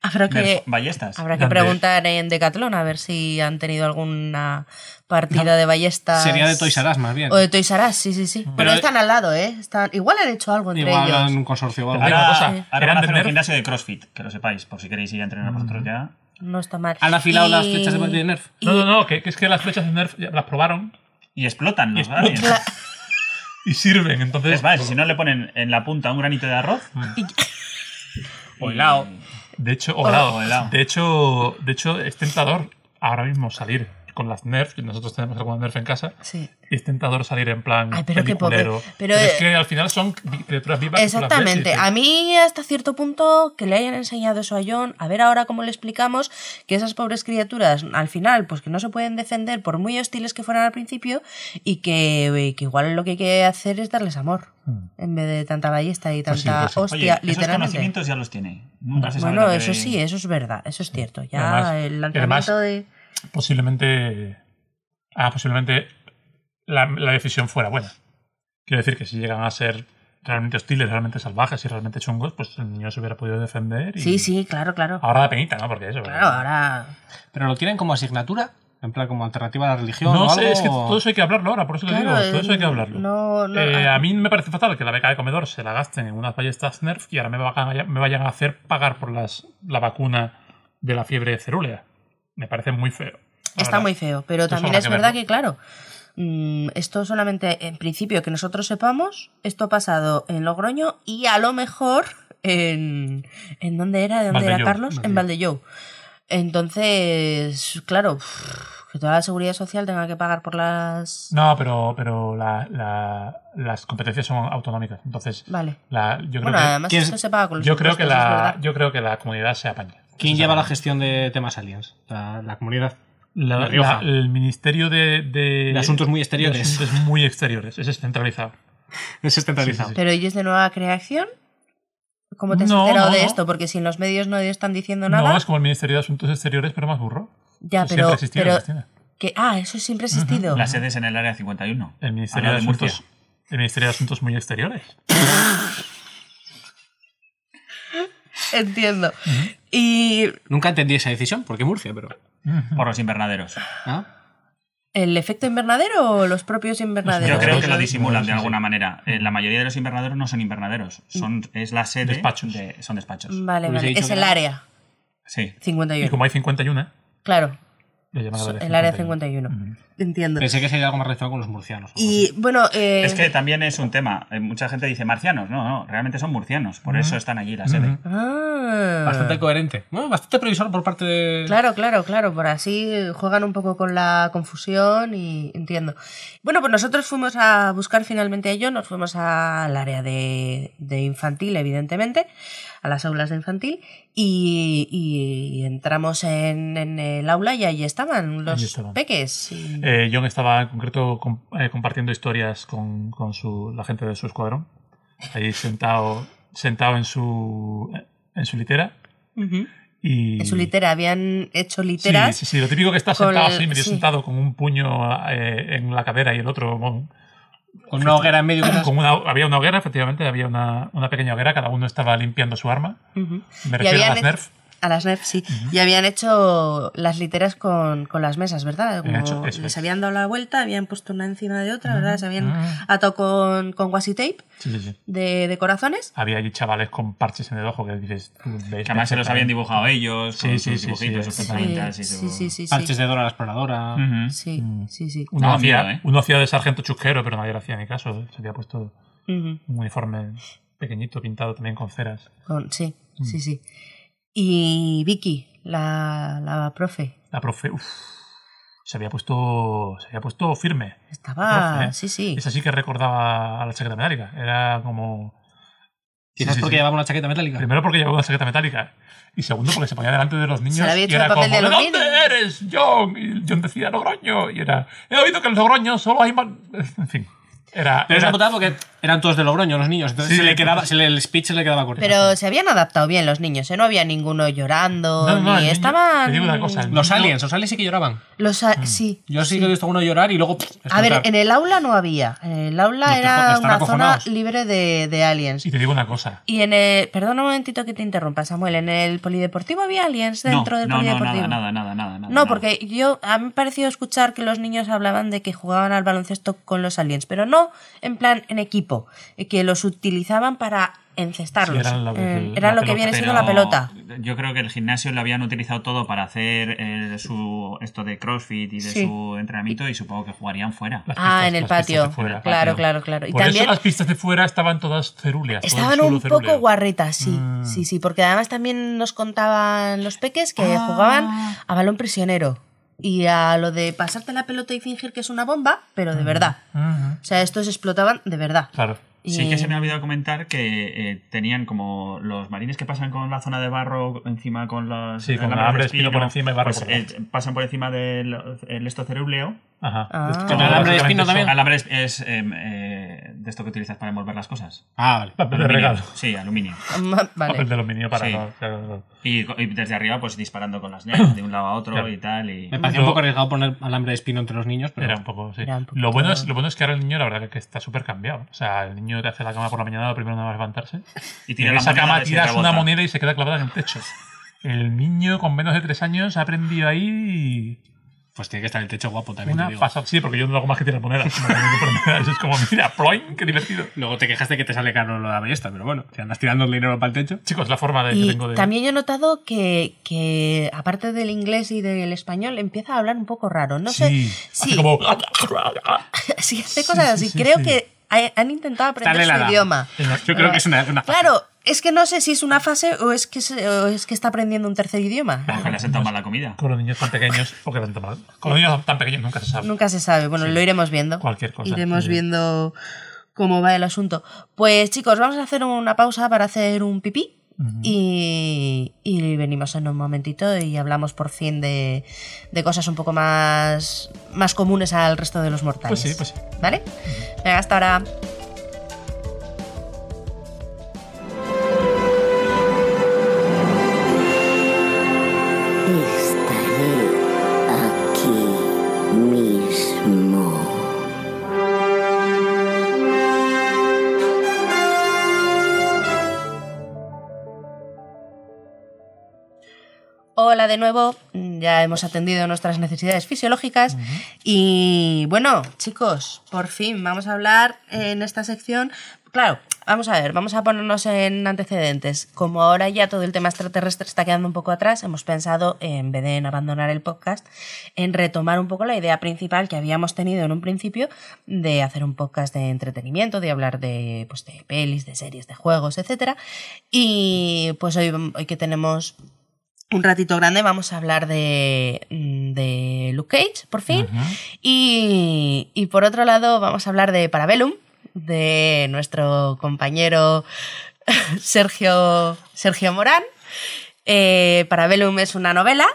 [SPEAKER 1] Habrá
[SPEAKER 4] Nerf
[SPEAKER 1] que,
[SPEAKER 4] ballestas.
[SPEAKER 1] habrá que
[SPEAKER 2] Grande.
[SPEAKER 1] preguntar en Decathlon a ver si han tenido alguna partida de ballestas.
[SPEAKER 3] Sería de Toys R Us, más bien.
[SPEAKER 1] O de Toys R Us, sí, sí, sí. Pero,
[SPEAKER 3] Pero-
[SPEAKER 1] están al lado, ¿eh? Están... Igual han hecho algo entre
[SPEAKER 3] Igual
[SPEAKER 1] ellos.
[SPEAKER 3] en un consorcio o algo.
[SPEAKER 2] Pero-
[SPEAKER 4] Ahora,
[SPEAKER 2] Una cosa,
[SPEAKER 4] ahora
[SPEAKER 2] eran
[SPEAKER 4] van a
[SPEAKER 2] de
[SPEAKER 4] hacer un
[SPEAKER 2] Nerf.
[SPEAKER 4] gimnasio de CrossFit, que lo sepáis, por si queréis ir a entrenar vosotros ya.
[SPEAKER 1] No está mal.
[SPEAKER 3] ¿Han afilado
[SPEAKER 1] Y-
[SPEAKER 3] las flechas de- de Nerf?
[SPEAKER 1] y-
[SPEAKER 2] No, no, no, que, que es que las flechas de Nerf ya las probaron
[SPEAKER 4] Y explotan los
[SPEAKER 2] explotan.
[SPEAKER 4] aliens.
[SPEAKER 1] Cla-
[SPEAKER 2] y sirven. Entonces,
[SPEAKER 4] Es más, si no le ponen en la punta un granito de arroz.
[SPEAKER 3] O helado.
[SPEAKER 2] Pues De hecho, o helado,
[SPEAKER 4] o helado.
[SPEAKER 2] De hecho, de hecho, es tentador ahora mismo salir con las Nerf, que nosotros tenemos alguna Nerf en casa,
[SPEAKER 1] Sí.
[SPEAKER 2] y es tentador salir en plan
[SPEAKER 1] Ay, pero qué
[SPEAKER 2] peliculero.
[SPEAKER 1] pobre. Pero,
[SPEAKER 2] es
[SPEAKER 1] eh,
[SPEAKER 2] que al final son vi- criaturas vivas. que tú las ves y
[SPEAKER 1] Exactamente.
[SPEAKER 2] dices,
[SPEAKER 1] A mí, hasta cierto punto, que le hayan enseñado eso a John, a ver ahora cómo le explicamos que esas pobres criaturas, al final, pues que no se pueden defender por muy hostiles que fueran al principio y que, eh, que igual lo que hay que hacer es darles amor en vez de tanta ballesta y
[SPEAKER 2] Hmm. Pues sí,
[SPEAKER 1] tanta
[SPEAKER 2] pues sí.
[SPEAKER 4] Oye,
[SPEAKER 1] hostia,
[SPEAKER 4] esos
[SPEAKER 1] literalmente.
[SPEAKER 4] conocimientos ya los tiene. Nunca se sabe
[SPEAKER 1] Bueno,
[SPEAKER 4] lo que-
[SPEAKER 1] eso sí, eso es verdad, eso es cierto. Ya
[SPEAKER 2] Además-
[SPEAKER 1] el lanzamiento
[SPEAKER 2] además-
[SPEAKER 1] de.
[SPEAKER 2] Posiblemente. Ah, posiblemente la, la decisión fuera buena. Quiero decir que si llegan a ser realmente hostiles, realmente salvajes y realmente chungos, pues el niño se hubiera podido defender. Y... Ah,
[SPEAKER 1] Sí, sí, claro, claro.
[SPEAKER 2] Ahora da penita, ¿no? Porque eso.
[SPEAKER 1] Claro, ahora.
[SPEAKER 3] ¿Pero lo tienen como asignatura? En plan, como alternativa a la religión
[SPEAKER 2] No
[SPEAKER 3] o
[SPEAKER 2] sé,
[SPEAKER 3] algo,
[SPEAKER 2] es que
[SPEAKER 3] o-
[SPEAKER 2] todo eso hay que hablarlo ahora, por eso
[SPEAKER 1] Claro,
[SPEAKER 2] te digo, todo eso hay que
[SPEAKER 1] eh,
[SPEAKER 2] hablarlo.
[SPEAKER 1] no, no,
[SPEAKER 2] Eh,
[SPEAKER 1] ah.
[SPEAKER 2] a mí me parece fatal que la beca de comedor se la gasten en unas ballestas Nerf y ahora me vayan a, me vayan a hacer pagar por las, la vacuna de la fiebre cerúlea. Me parece muy feo. la
[SPEAKER 1] Está
[SPEAKER 2] verdad.
[SPEAKER 1] muy feo, pero
[SPEAKER 2] Eso
[SPEAKER 1] también
[SPEAKER 2] habrá
[SPEAKER 1] es
[SPEAKER 2] que
[SPEAKER 1] verdad
[SPEAKER 2] verlo.
[SPEAKER 1] que, claro, mm, esto solamente en principio que nosotros sepamos, esto ha pasado en Logroño y a lo mejor en. ¿En dónde era? ¿De dónde era
[SPEAKER 2] Valdellou,
[SPEAKER 1] Carlos? En Valdellou. Entonces, claro, uf, que toda la seguridad social tenga que pagar por las.
[SPEAKER 2] No, pero, pero la- la- las competencias son autonómicas. Entonces,
[SPEAKER 1] Vale.
[SPEAKER 2] la- yo creo
[SPEAKER 1] Bueno,
[SPEAKER 2] que,
[SPEAKER 1] además
[SPEAKER 3] ¿quién-
[SPEAKER 1] esto se paga con los
[SPEAKER 2] yo creo que
[SPEAKER 1] impuestos, es
[SPEAKER 2] la,
[SPEAKER 1] verdad.
[SPEAKER 2] yo creo que la comunidad se apaña.
[SPEAKER 3] ¿Quién lleva la gestión de temas aliens? La, la comunidad.
[SPEAKER 2] La-
[SPEAKER 3] La Rioja. Eh,
[SPEAKER 2] la- el Ministerio de, de-
[SPEAKER 3] De asuntos muy exteriores.
[SPEAKER 2] de asuntos muy exteriores. Ese es centralizado.
[SPEAKER 3] Es centralizado.
[SPEAKER 2] Sí, sí,
[SPEAKER 1] Pero ellos de nueva creación. ¿Cómo te has
[SPEAKER 2] No,
[SPEAKER 1] enterado
[SPEAKER 2] no,
[SPEAKER 1] de
[SPEAKER 2] no.
[SPEAKER 1] esto? Porque si en los medios no están diciendo nada.
[SPEAKER 2] No, es como el Ministerio de Asuntos Exteriores, pero más burro.
[SPEAKER 1] ya, pero.
[SPEAKER 2] Eso siempre ha existido,
[SPEAKER 1] pero-
[SPEAKER 2] Cristina.
[SPEAKER 1] Que, ah, eso siempre ha existido.
[SPEAKER 4] Las sedes en el área 51.
[SPEAKER 2] El Ministerio
[SPEAKER 4] Al
[SPEAKER 2] de,
[SPEAKER 4] lado de
[SPEAKER 2] Asuntos. El Ministerio de Asuntos Muy Exteriores.
[SPEAKER 1] Entiendo. Y
[SPEAKER 3] Nunca entendí esa decisión, porque Murcia, pero.
[SPEAKER 4] Por los invernaderos.
[SPEAKER 3] ¿Ah?
[SPEAKER 1] el efecto invernadero o los propios invernaderos.
[SPEAKER 4] Yo creo que lo
[SPEAKER 1] Ellos.
[SPEAKER 4] disimulan de alguna manera. Eh, la mayoría de los invernaderos no son invernaderos. Son, es la sede.
[SPEAKER 2] Despachos.
[SPEAKER 4] de- son despachos.
[SPEAKER 1] Vale,
[SPEAKER 3] Hubiese
[SPEAKER 1] vale.
[SPEAKER 3] dicho
[SPEAKER 1] Es
[SPEAKER 3] que
[SPEAKER 1] el
[SPEAKER 3] era-
[SPEAKER 1] área
[SPEAKER 4] Sí.
[SPEAKER 2] Y
[SPEAKER 1] 51.
[SPEAKER 2] como hay 51,
[SPEAKER 1] Claro,
[SPEAKER 2] le
[SPEAKER 4] Ah,
[SPEAKER 2] llaman el área 51.
[SPEAKER 1] el área 51. Entiendo.
[SPEAKER 3] Pensé que sería algo más relacionado con los murcianos. o algo
[SPEAKER 1] Y bueno, eh,
[SPEAKER 4] Es que también es un tema. Eh, Mucha gente dice marcianos. No, no, realmente son murcianos. Por eso están allí E la sede.
[SPEAKER 1] ah,
[SPEAKER 3] así. Bastante coherente. Bueno, bastante previsor por parte de.
[SPEAKER 1] Claro, claro, claro, por así juegan un poco con la confusión y entiendo. Bueno, pues nosotros fuimos a buscar finalmente a John, nos fuimos al área de, de infantil, evidentemente, a las aulas de infantil, y, y entramos en, en el aula y ahí estaban los
[SPEAKER 2] Ahí estaban.
[SPEAKER 1] peques. y-
[SPEAKER 2] Eh, John estaba en concreto com- eh, compartiendo historias con, con su- la gente de su escuadrón. Ahí sentado, sentado en, su, en su litera. Y,
[SPEAKER 1] En su litera habían hecho
[SPEAKER 2] Sí,
[SPEAKER 1] literas.
[SPEAKER 2] sí, sí, lo típico que está
[SPEAKER 1] con
[SPEAKER 2] sentado
[SPEAKER 1] el-
[SPEAKER 2] así, medio
[SPEAKER 1] sí.
[SPEAKER 2] sentado con un puño eh, en la cadera y el otro con,
[SPEAKER 3] Con una hoguera en medio. quizás.
[SPEAKER 2] con una, había una hoguera, efectivamente, había una, una pequeña hoguera, cada uno estaba limpiando su arma.
[SPEAKER 1] Ujú.
[SPEAKER 2] Me refiero a
[SPEAKER 1] habían
[SPEAKER 2] las
[SPEAKER 1] hecho-
[SPEAKER 2] Nerf.
[SPEAKER 1] A las Nerf, sí. Y habían hecho las literas con, con las mesas, ¿verdad? Como
[SPEAKER 2] Habían hecho- eso
[SPEAKER 1] les
[SPEAKER 2] es.
[SPEAKER 1] habían dado la vuelta, habían puesto una encima de otra, ¿verdad? Se habían
[SPEAKER 2] ah.
[SPEAKER 1] atado con, con washi tape
[SPEAKER 2] Sí, sí, sí.
[SPEAKER 1] de, de corazones.
[SPEAKER 2] había allí chavales con parches en el ojo que dices, tú ves
[SPEAKER 4] Que además se los
[SPEAKER 2] perfectamente.
[SPEAKER 4] habían dibujado ellos.
[SPEAKER 2] Sí,
[SPEAKER 4] con
[SPEAKER 2] sí,
[SPEAKER 4] sus
[SPEAKER 2] sí,
[SPEAKER 4] dibujitos,
[SPEAKER 2] sí,
[SPEAKER 4] sus
[SPEAKER 2] sí.
[SPEAKER 4] herramientas
[SPEAKER 1] Sí,
[SPEAKER 4] y
[SPEAKER 1] sí,
[SPEAKER 4] su-
[SPEAKER 1] sí, sí.
[SPEAKER 3] Parches
[SPEAKER 1] Sí,
[SPEAKER 3] de Dora la exploradora.
[SPEAKER 4] Ujú.
[SPEAKER 1] sí,
[SPEAKER 2] Mm.
[SPEAKER 1] sí. sí.
[SPEAKER 2] Uno,
[SPEAKER 4] Daba
[SPEAKER 2] hacía,
[SPEAKER 4] miedo, ¿eh?
[SPEAKER 2] uno hacía de sargento chusquero, pero nadie le hacía ni caso. ¿eh? Se había puesto
[SPEAKER 1] Ujú.
[SPEAKER 2] un uniforme pequeñito, pintado también con ceras.
[SPEAKER 1] Con- sí,
[SPEAKER 2] Mm.
[SPEAKER 1] sí, sí. Y Vicky, la, la profe.
[SPEAKER 2] La profe, uff, se había puesto, se había puesto firme.
[SPEAKER 1] Estaba,
[SPEAKER 2] Profe, ¿eh?
[SPEAKER 1] sí, sí.
[SPEAKER 2] Es así que recordaba a la chaqueta metálica. Era como.
[SPEAKER 3] Quizás
[SPEAKER 2] Sí, sí,
[SPEAKER 3] porque
[SPEAKER 2] sí.
[SPEAKER 3] llevaba una chaqueta metálica.
[SPEAKER 2] Primero porque llevaba una chaqueta metálica. Y segundo porque se ponía delante de los niños.
[SPEAKER 1] Se le había
[SPEAKER 2] y
[SPEAKER 1] hecho
[SPEAKER 2] era
[SPEAKER 1] el papel
[SPEAKER 2] como,
[SPEAKER 1] de
[SPEAKER 2] ¿de dónde
[SPEAKER 1] aluminio".
[SPEAKER 2] eres, John? Y John decía, Logroño. Y era, he oído que en Logroño solo hay. man-". En fin. Era.
[SPEAKER 3] Pero es
[SPEAKER 2] era-
[SPEAKER 3] una putada porque eran todos de Logroño los niños, entonces
[SPEAKER 2] Sí.
[SPEAKER 3] se le quedaba, se le- el speech se le quedaba corto.
[SPEAKER 1] Pero se habían adaptado bien los niños, ¿eh? No había ninguno llorando,
[SPEAKER 2] No, no, no, el
[SPEAKER 1] ni
[SPEAKER 2] niño-
[SPEAKER 1] estaban...
[SPEAKER 2] te digo una cosa, Mm. el
[SPEAKER 3] los
[SPEAKER 2] niño-
[SPEAKER 3] aliens, los aliens sí que lloraban.
[SPEAKER 1] Los a- Sí.
[SPEAKER 3] Yo sí, que he visto a uno llorar y luego. pff,
[SPEAKER 1] A ver,
[SPEAKER 3] explotar.
[SPEAKER 1] en el aula no había. En el aula
[SPEAKER 3] Y están
[SPEAKER 1] era una zona
[SPEAKER 3] acojonados.
[SPEAKER 1] libre de, de aliens.
[SPEAKER 2] Y te digo una cosa.
[SPEAKER 1] Y en el... Perdona un momentito que te interrumpa, Samuel. ¿En el polideportivo había aliens
[SPEAKER 4] No,
[SPEAKER 1] dentro del
[SPEAKER 4] no, no,
[SPEAKER 1] polideportivo?
[SPEAKER 4] nada, nada, nada, nada. nada,
[SPEAKER 1] No, porque yo a mí me pareció escuchar que los niños hablaban de que jugaban al baloncesto con los aliens, pero no en plan en equipo, eh, que los utilizaban para encestarlos.
[SPEAKER 2] Sí, eran la-
[SPEAKER 1] Eh,
[SPEAKER 2] la
[SPEAKER 1] era lo que
[SPEAKER 2] pelota,
[SPEAKER 1] viene siendo
[SPEAKER 4] Pero
[SPEAKER 1] la pelota.
[SPEAKER 4] Yo creo que el gimnasio lo habían utilizado todo para hacer eh, su esto de CrossFit y de
[SPEAKER 1] Sí.
[SPEAKER 4] su entrenamiento y supongo que jugarían fuera.
[SPEAKER 2] Las
[SPEAKER 1] Ah,
[SPEAKER 2] pistas-
[SPEAKER 1] en el
[SPEAKER 2] las pistas
[SPEAKER 1] patio.
[SPEAKER 2] de fuera.
[SPEAKER 1] Claro,
[SPEAKER 4] patio.
[SPEAKER 1] claro, claro. Y
[SPEAKER 2] Por
[SPEAKER 1] también
[SPEAKER 2] eso las pistas de fuera estaban todas cerúleas. todo el
[SPEAKER 1] estaban
[SPEAKER 2] suelo Ah.
[SPEAKER 1] un poco
[SPEAKER 2] cerúleo.
[SPEAKER 1] guarritas, sí, sí, sí, porque además también nos contaban los peques que
[SPEAKER 2] Ah.
[SPEAKER 1] jugaban a balón prisionero y a lo de pasarte la pelota y fingir que es una bomba, pero
[SPEAKER 2] Ah.
[SPEAKER 1] de verdad. O sea, estos explotaban de verdad.
[SPEAKER 2] Claro.
[SPEAKER 4] Sí que se me
[SPEAKER 1] Y-
[SPEAKER 4] ha olvidado comentar que eh, tenían como los marines que pasan con la zona de barro encima con los...
[SPEAKER 2] Sí,
[SPEAKER 4] el
[SPEAKER 2] con
[SPEAKER 4] alambre
[SPEAKER 2] alambre
[SPEAKER 4] de
[SPEAKER 2] de espino por encima y barro por
[SPEAKER 4] eh, pasan por encima del el esto cerúleo.
[SPEAKER 2] Ajá.
[SPEAKER 1] Ah.
[SPEAKER 2] Todo
[SPEAKER 1] Con
[SPEAKER 3] alambre
[SPEAKER 2] básicamente
[SPEAKER 3] de espino
[SPEAKER 2] eso.
[SPEAKER 3] también.
[SPEAKER 4] Alambre es, es, em, eh, de esto que utilizas para envolver las cosas.
[SPEAKER 3] Ah, vale.
[SPEAKER 2] Papel de regalo.
[SPEAKER 4] Sí, aluminio.
[SPEAKER 1] Vale.
[SPEAKER 2] Papel de aluminio para.
[SPEAKER 4] Sí.
[SPEAKER 2] no- claro, claro.
[SPEAKER 4] Y, y desde arriba pues disparando con las NES de un lado a otro
[SPEAKER 2] Claro.
[SPEAKER 4] y tal. Y...
[SPEAKER 3] Me parecía
[SPEAKER 2] Yo-
[SPEAKER 3] un poco arriesgado poner alambre de espino entre los niños, pero.
[SPEAKER 2] Era un poco, sí.
[SPEAKER 1] Era un poquito-
[SPEAKER 2] lo, bueno es, lo bueno es que ahora el niño, la verdad, que está súper cambiado. O sea, el niño te hace la cama por la mañana, lo primero no va a levantarse.
[SPEAKER 4] Y
[SPEAKER 2] Y
[SPEAKER 4] tira
[SPEAKER 2] en
[SPEAKER 4] la
[SPEAKER 2] esa
[SPEAKER 4] moneda
[SPEAKER 2] cama
[SPEAKER 4] de si
[SPEAKER 2] tiras una
[SPEAKER 4] rebota.
[SPEAKER 2] moneda y se queda clavada en el techo. El niño con menos de tres años ha aprendido ahí
[SPEAKER 3] Pues tiene que estar el techo guapo también, te
[SPEAKER 2] una
[SPEAKER 3] digo.
[SPEAKER 2] pasada. Sí, porque yo no hago más que tirar monedas. No tengo que poner monedas. es como, mira, ploin, qué divertido.
[SPEAKER 3] Luego te quejaste que te sale caro lo de la ballesta, pero bueno, si andas tirando el dinero para el techo.
[SPEAKER 2] Chicos, la forma de, que
[SPEAKER 1] Y
[SPEAKER 2] tengo de.
[SPEAKER 1] también yo he notado que, que, aparte del inglés y del español, empieza a hablar un poco raro. No sé.
[SPEAKER 2] sí,
[SPEAKER 1] Sí,
[SPEAKER 2] Hace como.
[SPEAKER 1] sí, hace cosas
[SPEAKER 2] sí,
[SPEAKER 1] así.
[SPEAKER 2] sí,
[SPEAKER 1] Creo
[SPEAKER 2] sí.
[SPEAKER 1] que ha- han intentado aprender
[SPEAKER 3] Dale la
[SPEAKER 1] su
[SPEAKER 3] la.
[SPEAKER 1] idioma.
[SPEAKER 3] Yo creo que es una. una fase.
[SPEAKER 1] Claro, es que no sé si es una fase o es que, se- o es que está aprendiendo un tercer idioma.
[SPEAKER 4] Ojo, que le ha sentado mal la comida.
[SPEAKER 2] Con los niños tan pequeños, o que lo han tomado. Con los niños tan pequeños nunca se sabe.
[SPEAKER 1] Nunca se sabe. Bueno, lo iremos viendo.
[SPEAKER 2] Cualquier cosa,
[SPEAKER 1] Iremos
[SPEAKER 2] sí.
[SPEAKER 1] viendo cómo va el asunto. Pues chicos, vamos a hacer una pausa para hacer un pipí. Y, y venimos en un momentito y hablamos por fin de, de cosas un poco más, más comunes al resto de los mortales.
[SPEAKER 2] Pues sí, pues sí.
[SPEAKER 1] ¿Vale? Venga, hasta ahora.
[SPEAKER 7] Estaré aquí mismo.
[SPEAKER 1] Hola de nuevo, Mm, ya hemos atendido nuestras necesidades fisiológicas y bueno, chicos, por fin vamos a hablar en esta sección. Claro, vamos a ver, vamos a ponernos en antecedentes. Como ahora ya todo el tema extraterrestre está quedando un poco atrás, hemos pensado, en vez de en abandonar el podcast, en retomar un poco la idea principal que habíamos tenido en un principio de hacer un podcast de entretenimiento, de hablar de, pues, de pelis, de series, de juegos, etcétera. Y pues hoy, hoy que tenemos un ratito grande vamos a hablar de, mm, de Luke Cage, por fin. y, y por otro lado, vamos a hablar de Parabellum, de nuestro compañero Sergio, Sergio Morán. Eh, Parabellum es una novela.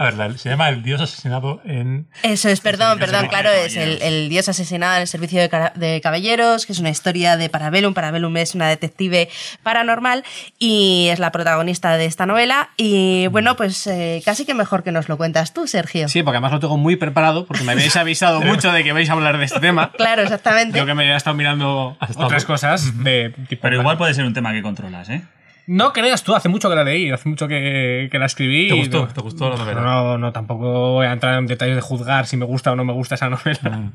[SPEAKER 2] A ver, la- se llama El Dios asesinado en.
[SPEAKER 1] Eso es, perdón,
[SPEAKER 4] Servicio
[SPEAKER 1] perdón,
[SPEAKER 4] de
[SPEAKER 1] claro, es el,
[SPEAKER 4] caballeros.
[SPEAKER 1] el dios asesinado en el servicio de, cara- de caballeros, que es una historia de Parabellum. Parabellum es una detective paranormal y es la protagonista de esta novela. Y bueno, pues eh, casi que mejor que nos lo cuentas tú, Sergio.
[SPEAKER 3] Sí, porque además lo tengo muy preparado, porque me habéis avisado mucho de que vais a hablar de este tema.
[SPEAKER 1] Claro, exactamente.
[SPEAKER 3] Yo que me he estado mirando
[SPEAKER 2] Has estado-
[SPEAKER 3] otras cosas de tipo-
[SPEAKER 4] Pero igual puede ser un tema que controlas, ¿eh?
[SPEAKER 3] No creas tú, hace mucho que la leí, hace mucho que, que la escribí.
[SPEAKER 2] ¿Te gustó?
[SPEAKER 3] No,
[SPEAKER 2] ¿Te gustó la novela?
[SPEAKER 3] No, no, tampoco voy a entrar en detalles de juzgar si me gusta o no me gusta esa novela.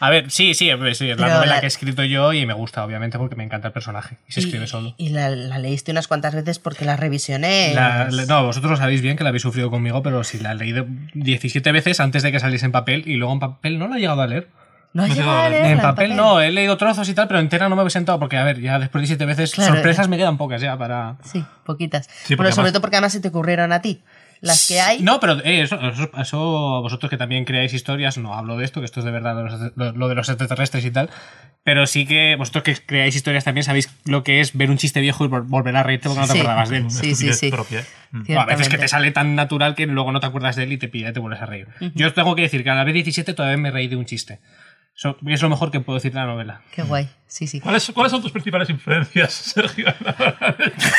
[SPEAKER 3] A ver, sí, sí, pues sí, es la
[SPEAKER 1] Pero
[SPEAKER 3] novela
[SPEAKER 1] la-
[SPEAKER 3] que he escrito yo y me gusta, obviamente, porque me encanta el personaje. Y se escribe solo.
[SPEAKER 1] Y la, la leíste unas cuantas veces porque la revisioné. Pues,
[SPEAKER 3] La- la- no, vosotros sabéis bien que la habéis sufrido conmigo, pero sí, la he leído 17 veces antes de que saliese en papel y luego en papel no la he llegado a leer.
[SPEAKER 1] no ¿eh? has
[SPEAKER 2] no te
[SPEAKER 1] llegado
[SPEAKER 2] va
[SPEAKER 1] a
[SPEAKER 2] a ver.
[SPEAKER 1] leerla
[SPEAKER 3] en papel, no, eh. he leído trozos y tal, pero entera no me he sentado porque, a ver, ya después de 17 veces,
[SPEAKER 1] Claro.
[SPEAKER 3] sorpresas me quedan pocas ya para...
[SPEAKER 1] Sí, poquitas.
[SPEAKER 2] Sí, porque
[SPEAKER 1] Bueno, sobre
[SPEAKER 2] además-
[SPEAKER 1] todo porque además se te ocurrieron a ti. las que hay.
[SPEAKER 3] No, pero eh, eso, eso- eso vosotros que también creáis historias, no hablo de esto, que esto es de verdad de los- lo, lo de los extraterrestres y tal. Pero sí que vosotros que creáis historias también sabéis lo que es ver un chiste viejo y vol- volver a reírte porque no te
[SPEAKER 1] Sí.
[SPEAKER 3] acordabas de él.
[SPEAKER 1] Sí,
[SPEAKER 2] Estupidez
[SPEAKER 1] sí, sí.
[SPEAKER 2] propia. Mm.
[SPEAKER 3] O a veces que
[SPEAKER 1] Ciertamente.
[SPEAKER 3] te sale tan natural que luego no te acuerdas de él y te pilla y te vuelves a reír. Yo tengo que decir que a la vez 17 todavía me reí de un chiste. Eso es lo mejor que puedo decir de la novela.
[SPEAKER 1] Qué guay. Sí, sí.
[SPEAKER 2] ¿Cuáles, cuáles son tus principales influencias, Sergio?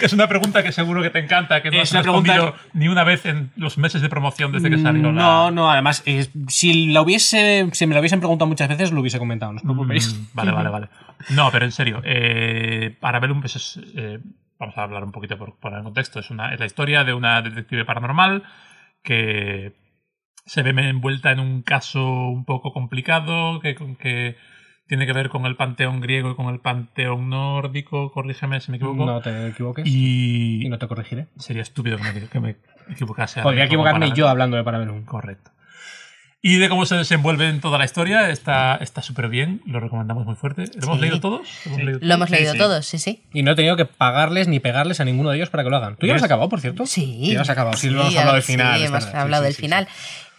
[SPEAKER 2] Que es una pregunta que seguro que te encanta, que no
[SPEAKER 3] Es
[SPEAKER 2] has
[SPEAKER 3] una pregunta- Mm,
[SPEAKER 2] respondido ni una vez en los meses de promoción desde que salió la...
[SPEAKER 3] No, no, además, eh, si, la hubiese, si me lo hubiesen preguntado muchas veces, lo hubiese comentado, no os preocupéis.
[SPEAKER 2] Mm, Vale, vale, vale. No, pero en serio, eh, Parabellum pues es, eh, vamos a hablar un poquito por poner en contexto, es, una, es la historia de una detective paranormal que se ve envuelta en un caso un poco complicado que, con- que tiene que ver con el panteón griego y con el panteón nórdico, corrígeme si me equivoco.
[SPEAKER 3] No te equivoques. Y,
[SPEAKER 2] y
[SPEAKER 3] no te corregiré.
[SPEAKER 2] sería estúpido que me, que me equivocase. ahora
[SPEAKER 3] Podría
[SPEAKER 2] mismo con
[SPEAKER 3] equivocarme
[SPEAKER 2] Parabellum.
[SPEAKER 3] yo hablando de Parabellum.
[SPEAKER 2] Correcto. Y de cómo se desenvuelve en toda la historia, está está súper bien, lo recomendamos muy fuerte. ¿Lo hemos
[SPEAKER 1] Sí.
[SPEAKER 2] leído todos? ¿Lo hemos leído
[SPEAKER 1] Lo hemos
[SPEAKER 2] todos?
[SPEAKER 1] leído
[SPEAKER 4] sí.
[SPEAKER 1] todos, sí, sí.
[SPEAKER 3] Y no he tenido que pagarles ni pegarles a ninguno de ellos para que lo hagan. ¿Tú ya lo has
[SPEAKER 2] ¿Ves?
[SPEAKER 3] acabado, por cierto?
[SPEAKER 1] Sí.
[SPEAKER 3] Ya lo has acabado. Sí, lo hemos
[SPEAKER 1] ya-
[SPEAKER 3] hablado del final.
[SPEAKER 1] Sí,
[SPEAKER 3] esta
[SPEAKER 1] hemos
[SPEAKER 3] noche.
[SPEAKER 1] hablado
[SPEAKER 3] Sí,
[SPEAKER 1] del
[SPEAKER 3] sí, sí.
[SPEAKER 1] final.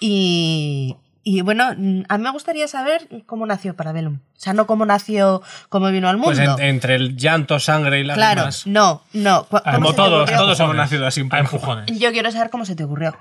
[SPEAKER 1] Y, y bueno, mm, a mí me gustaría saber cómo nació Parabellum. O sea, no cómo nació, cómo vino al mundo.
[SPEAKER 3] Pues en- entre el llanto, sangre y las
[SPEAKER 1] claro, no, no. Cu-
[SPEAKER 2] Ah,
[SPEAKER 1] ¿cómo
[SPEAKER 3] Como
[SPEAKER 1] se te
[SPEAKER 3] todos,
[SPEAKER 1] ocurrió?
[SPEAKER 3] todos hemos nacido así un
[SPEAKER 2] A
[SPEAKER 3] poco.
[SPEAKER 2] empujones.
[SPEAKER 1] Yo quiero saber cómo se te ocurrió.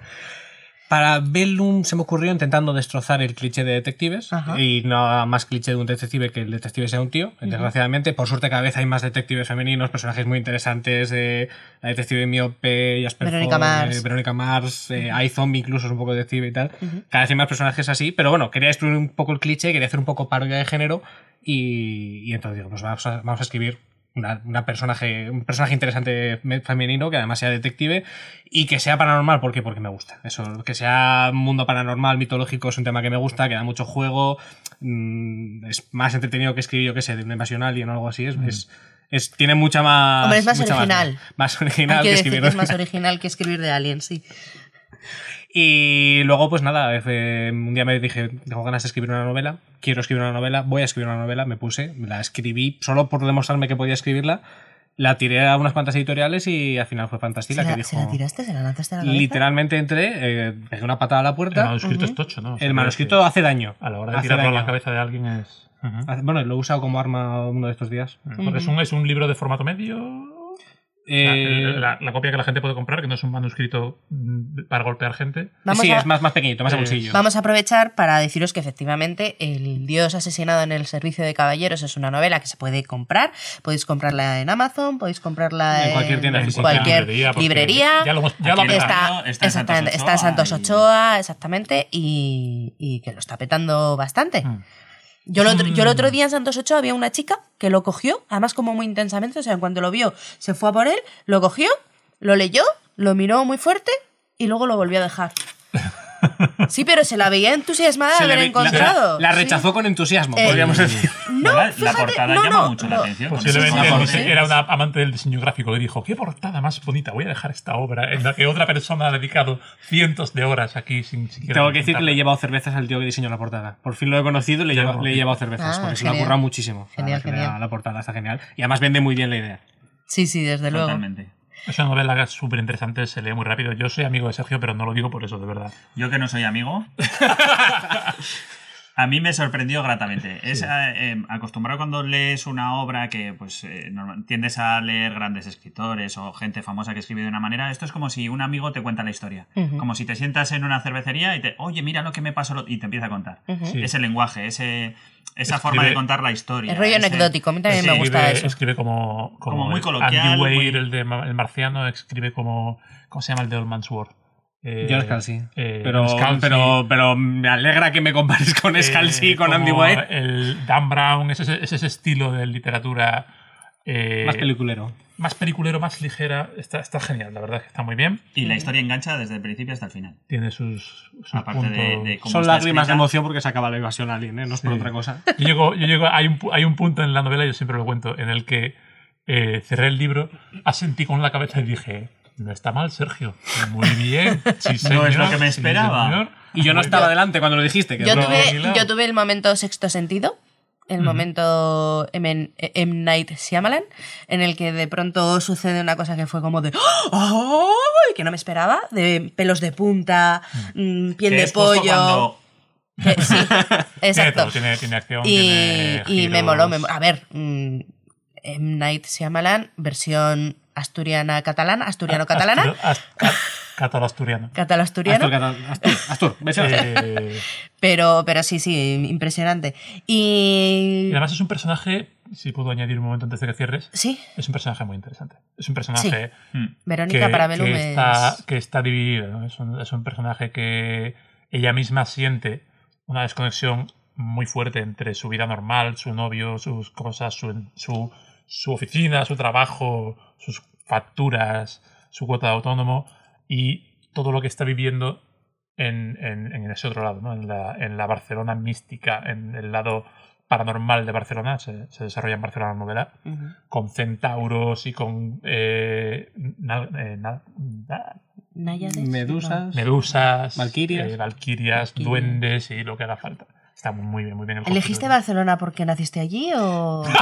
[SPEAKER 3] Para Bellum se me ocurrió intentando destrozar el cliché de detectives
[SPEAKER 1] Ajá.
[SPEAKER 3] y nada más cliché de un detective que el detective sea un tío. Desgraciadamente, por suerte cada vez hay más detectives femeninos, personajes muy interesantes, eh, la detective miope, Jasper
[SPEAKER 1] Verónica
[SPEAKER 3] Ford, eh,
[SPEAKER 1] Mars.
[SPEAKER 3] Verónica Mars, eh, hay zombie incluso, es un poco detective y tal. Cada vez hay más personajes así, pero bueno, quería destruir un poco el cliché, quería hacer un poco parodia de género y, y entonces digo, pues vamos a, vamos a escribir una, una personaje, un personaje interesante me- femenino que además sea detective y que sea paranormal, ¿por qué? Porque me gusta. Eso, que sea mundo paranormal, mitológico, es un tema que me gusta, que da mucho juego, mm, es más entretenido que escribir, yo qué sé, de una invasión alien o algo así, es... es- es- tiene mucha más.
[SPEAKER 1] Hombre, es más
[SPEAKER 3] mucha
[SPEAKER 1] original.
[SPEAKER 3] Más, original
[SPEAKER 1] Hay
[SPEAKER 3] que
[SPEAKER 1] que decir
[SPEAKER 3] escribir.
[SPEAKER 1] que es más original que escribir de Alien, sí.
[SPEAKER 3] Y luego, pues nada, eh, un día me dije, tengo ganas de escribir una novela, quiero escribir una novela, voy a escribir una novela, me puse, la escribí solo por demostrarme que podía escribirla, la tiré a unas cuantas editoriales y al final fue
[SPEAKER 1] ¿Se
[SPEAKER 3] Fantasy la que
[SPEAKER 1] la,
[SPEAKER 3] dijo...
[SPEAKER 1] se la tiraste? ¿Se la lanzaste a la cabeza?
[SPEAKER 3] Literalmente entré, eh, pegué una patada a la
[SPEAKER 2] El
[SPEAKER 3] puerta,
[SPEAKER 2] manuscrito es tocho, ¿no? O sea,
[SPEAKER 3] el manuscrito hace daño.
[SPEAKER 2] que A la hora de
[SPEAKER 3] hace
[SPEAKER 2] tirarlo a la
[SPEAKER 3] daño.
[SPEAKER 2] cabeza de alguien es... Mm.
[SPEAKER 3] Hace- Bueno, lo he usado como arma uno de estos días.
[SPEAKER 2] Porque es un, es un libro de formato medio... La,
[SPEAKER 3] Eh,
[SPEAKER 2] la- la copia que la gente puede comprar, que no es un manuscrito mm, para golpear gente.
[SPEAKER 1] Vamos
[SPEAKER 3] sí,
[SPEAKER 1] a-
[SPEAKER 3] es más, más pequeñito, más a
[SPEAKER 2] Eh,
[SPEAKER 3] bolsillo.
[SPEAKER 1] Vamos a aprovechar para deciros que efectivamente El Dios asesinado en el servicio de caballeros es una novela que se puede comprar. Podéis comprarla en Amazon, podéis comprarla en,
[SPEAKER 3] En cualquier tienda física.
[SPEAKER 1] cualquier
[SPEAKER 2] Librería, porque
[SPEAKER 1] librería.
[SPEAKER 2] ya lo hemos- ya lo
[SPEAKER 1] Aquí
[SPEAKER 2] hemos-
[SPEAKER 1] está,
[SPEAKER 4] está en
[SPEAKER 1] exactamente,
[SPEAKER 4] Santos
[SPEAKER 1] está en Santos
[SPEAKER 4] Ochoa y-
[SPEAKER 1] Ochoa, exactamente, y, y que lo está petando bastante. Yo el, otro, yo el otro día en Santos 8 había una chica que lo cogió, además como muy intensamente, o sea, en cuanto lo vio, se fue a por él, lo cogió, lo leyó, lo miró muy fuerte y luego lo volvió a dejar. Sí, pero se la veía entusiasmada de
[SPEAKER 3] Se le
[SPEAKER 1] haber
[SPEAKER 3] ve- la-
[SPEAKER 1] encontrado.
[SPEAKER 3] La,
[SPEAKER 1] Sí.
[SPEAKER 3] rechazó con entusiasmo,
[SPEAKER 1] Eh,
[SPEAKER 3] podríamos decir.
[SPEAKER 1] No,
[SPEAKER 4] la, la
[SPEAKER 1] fíjate,
[SPEAKER 4] portada
[SPEAKER 1] no,
[SPEAKER 4] llama
[SPEAKER 1] no,
[SPEAKER 4] mucho
[SPEAKER 1] no.
[SPEAKER 4] la atención. con ese
[SPEAKER 2] Posiblemente
[SPEAKER 4] diseño.
[SPEAKER 2] el dise- era una amante del diseño gráfico que dijo, qué portada más bonita, voy a dejar esta obra en la que otra persona ha dedicado cientos de horas aquí sin siquiera...
[SPEAKER 3] Tengo que decir que
[SPEAKER 2] consultarla".
[SPEAKER 3] le he llevado cervezas al tío que diseñó la portada. Por fin lo he conocido y le, he llevado- le he llevado cervezas,
[SPEAKER 1] Ah,
[SPEAKER 3] porque se lo ha
[SPEAKER 1] genial.
[SPEAKER 3] currado muchísimo.
[SPEAKER 1] Genial,
[SPEAKER 3] Ah, genera-
[SPEAKER 1] genial.
[SPEAKER 3] La portada está genial. Y además vende muy bien la idea.
[SPEAKER 1] Sí, sí, desde luego.
[SPEAKER 4] Totalmente.
[SPEAKER 2] Es una novela súper interesante, se lee muy rápido. Yo soy amigo de Sergio, pero no lo digo por eso, de verdad.
[SPEAKER 4] Yo que no soy amigo. A mí me sorprendió gratamente. Es eh, eh, acostumbrado cuando lees una obra que pues eh, normal- tiendes a leer grandes escritores o gente famosa que escribe de una manera. Esto es como si un amigo te cuenta la historia. Como si te sientas en una cervecería y te, oye, mira lo que me pasó lo-", y te empieza a contar.
[SPEAKER 2] Sí.
[SPEAKER 4] Ese lenguaje, ese, esa
[SPEAKER 2] Escribe-
[SPEAKER 4] forma de contar la historia.
[SPEAKER 1] El rollo
[SPEAKER 4] ese-
[SPEAKER 1] anecdótico, a mí también me
[SPEAKER 4] ese-
[SPEAKER 1] gusta
[SPEAKER 2] escribe,
[SPEAKER 1] eso.
[SPEAKER 2] escribe como, como,
[SPEAKER 4] Como muy
[SPEAKER 2] el
[SPEAKER 4] coloquial,
[SPEAKER 2] Andy Weir,
[SPEAKER 4] muy-
[SPEAKER 2] el de Ma- el marciano, escribe como. ¿Cómo se llama el de Old Man's War? Eh,
[SPEAKER 3] Yo Scalzi.
[SPEAKER 2] eh,
[SPEAKER 3] pero,
[SPEAKER 2] Scalzi.
[SPEAKER 3] pero, pero me alegra que me compares con
[SPEAKER 2] Eh,
[SPEAKER 3] Scalzi y con
[SPEAKER 2] como
[SPEAKER 3] Andy White.
[SPEAKER 2] El Dan Brown, es ese, es ese estilo de literatura. eh,
[SPEAKER 3] Más peliculero.
[SPEAKER 2] más peliculero, más ligera. Está, está genial, la verdad es que está muy bien.
[SPEAKER 4] Y la historia engancha desde el principio hasta el final.
[SPEAKER 2] Tiene sus, sus
[SPEAKER 4] Aparte de,
[SPEAKER 2] puntos.
[SPEAKER 4] de cómo
[SPEAKER 3] Son
[SPEAKER 4] está
[SPEAKER 3] lágrimas de
[SPEAKER 4] escrita.
[SPEAKER 3] emoción porque se acaba la invasión alien, ¿eh? no es por
[SPEAKER 2] Sí.
[SPEAKER 3] otra cosa.
[SPEAKER 2] Yo llego, yo llego, hay un, pu- hay un punto en la novela, yo siempre lo cuento, en el que eh, cerré el libro, asentí con la cabeza y dije, no está mal, Sergio. Muy bien. Sí,
[SPEAKER 4] No
[SPEAKER 2] señor,
[SPEAKER 4] es lo que me
[SPEAKER 2] sí,
[SPEAKER 4] esperaba".
[SPEAKER 2] señor.
[SPEAKER 3] Y yo no estaba delante cuando lo dijiste. Que
[SPEAKER 1] Yo
[SPEAKER 3] no-
[SPEAKER 2] Pero-
[SPEAKER 1] tuve, yo tuve el momento sexto sentido el momento M. M. Night Shyamalan, en el que de pronto sucede una cosa que fue como de ¡Oh! y que no me esperaba, de pelos de punta, mm, piel
[SPEAKER 4] Que
[SPEAKER 1] de
[SPEAKER 4] es justo
[SPEAKER 1] pollo.
[SPEAKER 4] cuando-
[SPEAKER 1] Que- sí,
[SPEAKER 2] Tiene
[SPEAKER 1] exacto.
[SPEAKER 2] todo, tiene, tiene acción,
[SPEAKER 1] Y,
[SPEAKER 2] tiene
[SPEAKER 1] y me
[SPEAKER 2] giros.
[SPEAKER 1] moló, me mo- A ver, mm, M. Night Shyamalan, versión asturiana-catalana, asturiano-catalana,
[SPEAKER 2] Asturo- as- ca- Catalo-asturiano.
[SPEAKER 1] catalasturiano.
[SPEAKER 3] Astur, Astur, Astur, vecino.
[SPEAKER 2] Eh,
[SPEAKER 1] Pero, pero sí, sí, impresionante. Y.
[SPEAKER 2] y además es un personaje, si puedo añadir un momento antes de que cierres,
[SPEAKER 1] Sí,
[SPEAKER 2] es un personaje muy interesante. Es un personaje
[SPEAKER 4] Mm.
[SPEAKER 1] Verónica Parabellum es-
[SPEAKER 2] está, que está dividida. ¿no? Es, un, es un personaje que ella misma siente una desconexión muy fuerte entre su vida normal, su novio, sus cosas, su, su, su oficina, su trabajo, sus facturas, su cuota de autónomo y todo lo que está viviendo en, en- en ese otro lado, ¿no? en, la, en la Barcelona mística, en el lado paranormal de Barcelona. Se, se desarrolla en Barcelona la novela con centauros y con eh, na- eh, na- na-
[SPEAKER 1] Náyades.
[SPEAKER 3] Medusas.
[SPEAKER 2] medusas,
[SPEAKER 3] Valquirias.
[SPEAKER 2] eh, valquirias,
[SPEAKER 1] Valquirias.
[SPEAKER 2] duendes y lo que haga falta. Está muy bien, muy bien el concepto.
[SPEAKER 1] ¿Elegiste Barcelona porque naciste allí o.? Eh,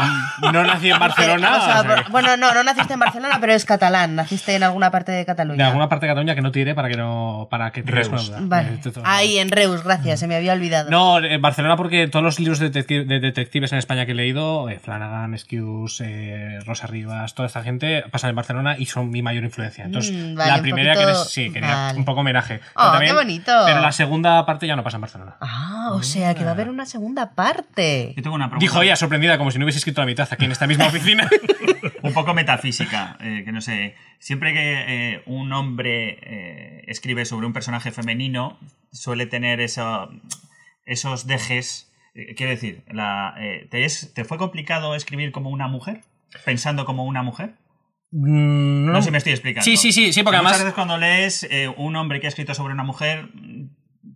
[SPEAKER 3] No nací en Barcelona.
[SPEAKER 1] O sea,
[SPEAKER 3] o sea
[SPEAKER 1] por- bueno, no, no naciste en Barcelona, pero es catalán. Naciste en alguna parte de
[SPEAKER 3] que-
[SPEAKER 1] Cataluña.
[SPEAKER 3] de alguna parte de Cataluña que no tire para que no para que tires una
[SPEAKER 2] Reus.
[SPEAKER 3] duda.
[SPEAKER 1] Vale.
[SPEAKER 3] Eh, esto-
[SPEAKER 1] Ahí, en Reus, gracias, se me había olvidado.
[SPEAKER 3] No, en Barcelona porque todos los libros de, detecti- de detectives en España que he leído, eh, Flanagan, Skews, eh, Rosa Rivas, toda esta gente pasan en Barcelona y son mi mayor influencia. Entonces,
[SPEAKER 1] Mm, vale,
[SPEAKER 3] la
[SPEAKER 1] un
[SPEAKER 3] primera
[SPEAKER 1] poquito-
[SPEAKER 3] que les- sí, quería
[SPEAKER 1] vale.
[SPEAKER 3] un poco homenaje. Pero
[SPEAKER 1] Oh, qué bonito.
[SPEAKER 3] Pero la segunda parte ya no pasa en Barcelona.
[SPEAKER 1] Ah, o sea que va a haber una segunda parte.
[SPEAKER 4] Yo tengo una pregunta.
[SPEAKER 3] Dijo ella, sorprendida, como si no hubiese escrito la mitad aquí en esta misma oficina.
[SPEAKER 4] un poco metafísica, eh, que no sé, siempre que eh, un hombre eh, escribe sobre un personaje femenino, suele tener esa- esos dejes. Eh, quiero decir, la, eh, ¿te, es- ¿te fue complicado escribir como una mujer? ¿Pensando como una mujer?
[SPEAKER 3] Mm,
[SPEAKER 4] No, sé si me estoy explicando.
[SPEAKER 3] Sí, sí, sí, sí, porque
[SPEAKER 4] Muchas
[SPEAKER 3] además-
[SPEAKER 4] veces cuando lees eh, un hombre que ha escrito sobre una mujer, mm,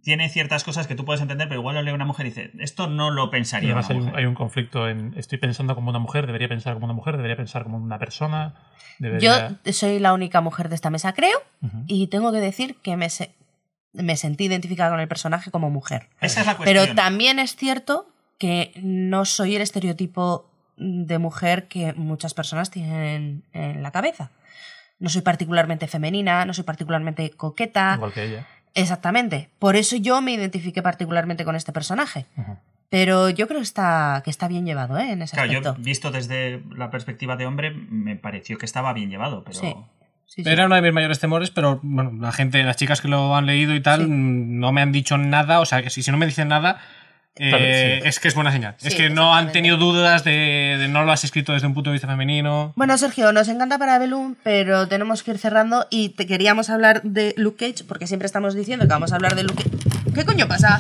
[SPEAKER 4] tiene ciertas cosas que tú puedes entender, pero igual lo lee una mujer y dice, esto no lo
[SPEAKER 2] Y
[SPEAKER 4] pensaría.
[SPEAKER 2] además
[SPEAKER 4] una
[SPEAKER 2] hay un,
[SPEAKER 4] mujer".
[SPEAKER 2] hay un conflicto en estoy pensando como una mujer, debería pensar como una mujer, debería pensar como una persona,
[SPEAKER 1] Yo
[SPEAKER 2] debería...
[SPEAKER 1] soy la única mujer de esta mesa, creo,
[SPEAKER 2] Ujú.
[SPEAKER 1] y tengo que decir que me, se- me sentí identificada con el personaje como mujer.
[SPEAKER 4] Esa es la cuestión.
[SPEAKER 1] Pero también es cierto que no soy el estereotipo de mujer que muchas personas tienen en la cabeza. No soy particularmente femenina, no soy particularmente coqueta.
[SPEAKER 2] Igual que ella.
[SPEAKER 1] Exactamente. Por eso yo me identifiqué particularmente con este personaje.
[SPEAKER 2] Ujú.
[SPEAKER 1] Pero yo creo que está, que está bien llevado, ¿eh? En ese
[SPEAKER 4] Claro, yo
[SPEAKER 1] aspecto.
[SPEAKER 4] visto desde la perspectiva de hombre, me pareció que estaba bien llevado, pero.
[SPEAKER 1] Sí. Sí, sí.
[SPEAKER 3] Era uno de mis mayores temores, pero bueno, la gente, las chicas que lo han leído y tal,
[SPEAKER 1] Sí.
[SPEAKER 3] mm, no me han dicho nada. O sea, que si, si no me dicen nada, eh,
[SPEAKER 2] Claro, sí.
[SPEAKER 3] es que es buena señal.
[SPEAKER 1] Sí,
[SPEAKER 3] es que no han
[SPEAKER 1] exactamente.
[SPEAKER 3] tenido dudas de, de no lo has escrito desde un punto de vista femenino.
[SPEAKER 1] Bueno, Sergio, nos encanta para Belum, pero tenemos que ir cerrando y te queríamos hablar de Luke Cage, porque siempre estamos diciendo que vamos a hablar de Luke Cage. ¿Qué coño pasa?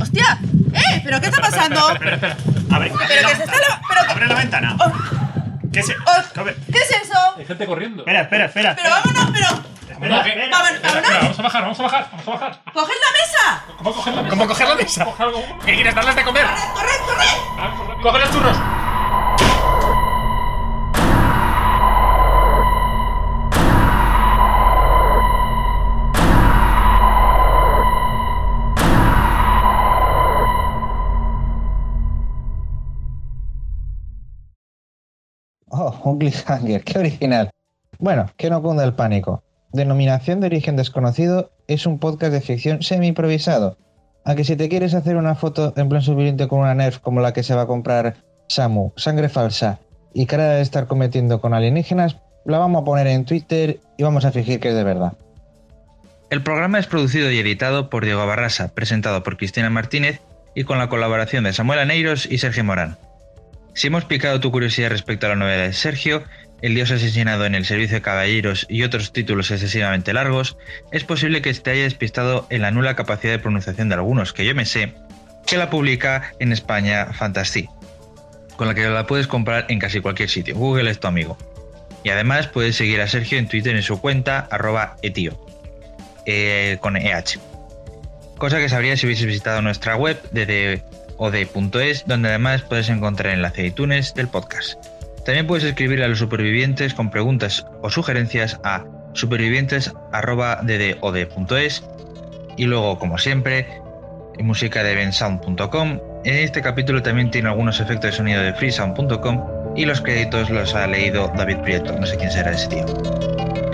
[SPEAKER 1] ¡Hostia! ¡Eh! ¿Pero qué está pasando?
[SPEAKER 4] A ver, abre
[SPEAKER 1] Pero
[SPEAKER 4] la
[SPEAKER 1] que se está
[SPEAKER 4] ventana.
[SPEAKER 1] la- pero que-
[SPEAKER 4] Abre la ventana. ¿Qué se.?
[SPEAKER 1] Oh.
[SPEAKER 4] A ver,
[SPEAKER 1] ¿Qué es eso?
[SPEAKER 2] Hay gente corriendo.
[SPEAKER 4] Espera, espera, espera.
[SPEAKER 1] ¡Pero vámonos, pero!
[SPEAKER 4] espera, espera.
[SPEAKER 1] ¡Vámonos, vámonos!
[SPEAKER 2] vamos a bajar, vamos a bajar, vamos a bajar.
[SPEAKER 1] ¡Coged la mesa!
[SPEAKER 2] ¿Cómo coger la mesa?
[SPEAKER 3] ¿Cómo coger la mesa?
[SPEAKER 2] Coge algo.
[SPEAKER 3] ¿Qué quieres darles de comer?
[SPEAKER 1] ¡Corred, corred!
[SPEAKER 3] ¡Coge los churros!
[SPEAKER 8] Oh, un cliffhanger, qué original. Bueno, que no cunda el pánico. Denominación de origen desconocido es un podcast de ficción semi-improvisado. A que si te quieres hacer una foto en plan suficiente con una Nerf como la que se va a comprar Samu, sangre falsa y cara de estar cometiendo con alienígenas, la vamos a poner en Twitter y vamos a fingir que es de verdad. El programa es producido y editado por Diego Barrasa, presentado por Cristina Martínez y con la colaboración de Samuel Aneiros y Sergio Morán. Si hemos picado tu curiosidad respecto a la novela de Sergio, El dios asesinado en el servicio de caballeros y otros títulos excesivamente largos, es posible que te haya despistado en la nula capacidad de pronunciación de algunos, que yo me sé, que la publica en España Fantasy, con la que la puedes comprar en casi cualquier sitio. Google es tu amigo. Y además puedes seguir a Sergio en Twitter en su cuenta arroba etio, eh, con EH. Cosa que sabrías si hubieses visitado nuestra web desde od.es, donde además puedes encontrar enlace de iTunes del podcast. También puedes escribir a los supervivientes con preguntas o sugerencias a supervivientes.ddod.es y luego, como siempre, en musicadebensound.com Este capítulo también tiene algunos efectos de sonido de freesound.com y los créditos los ha leído David Prieto, no sé quién será ese tío.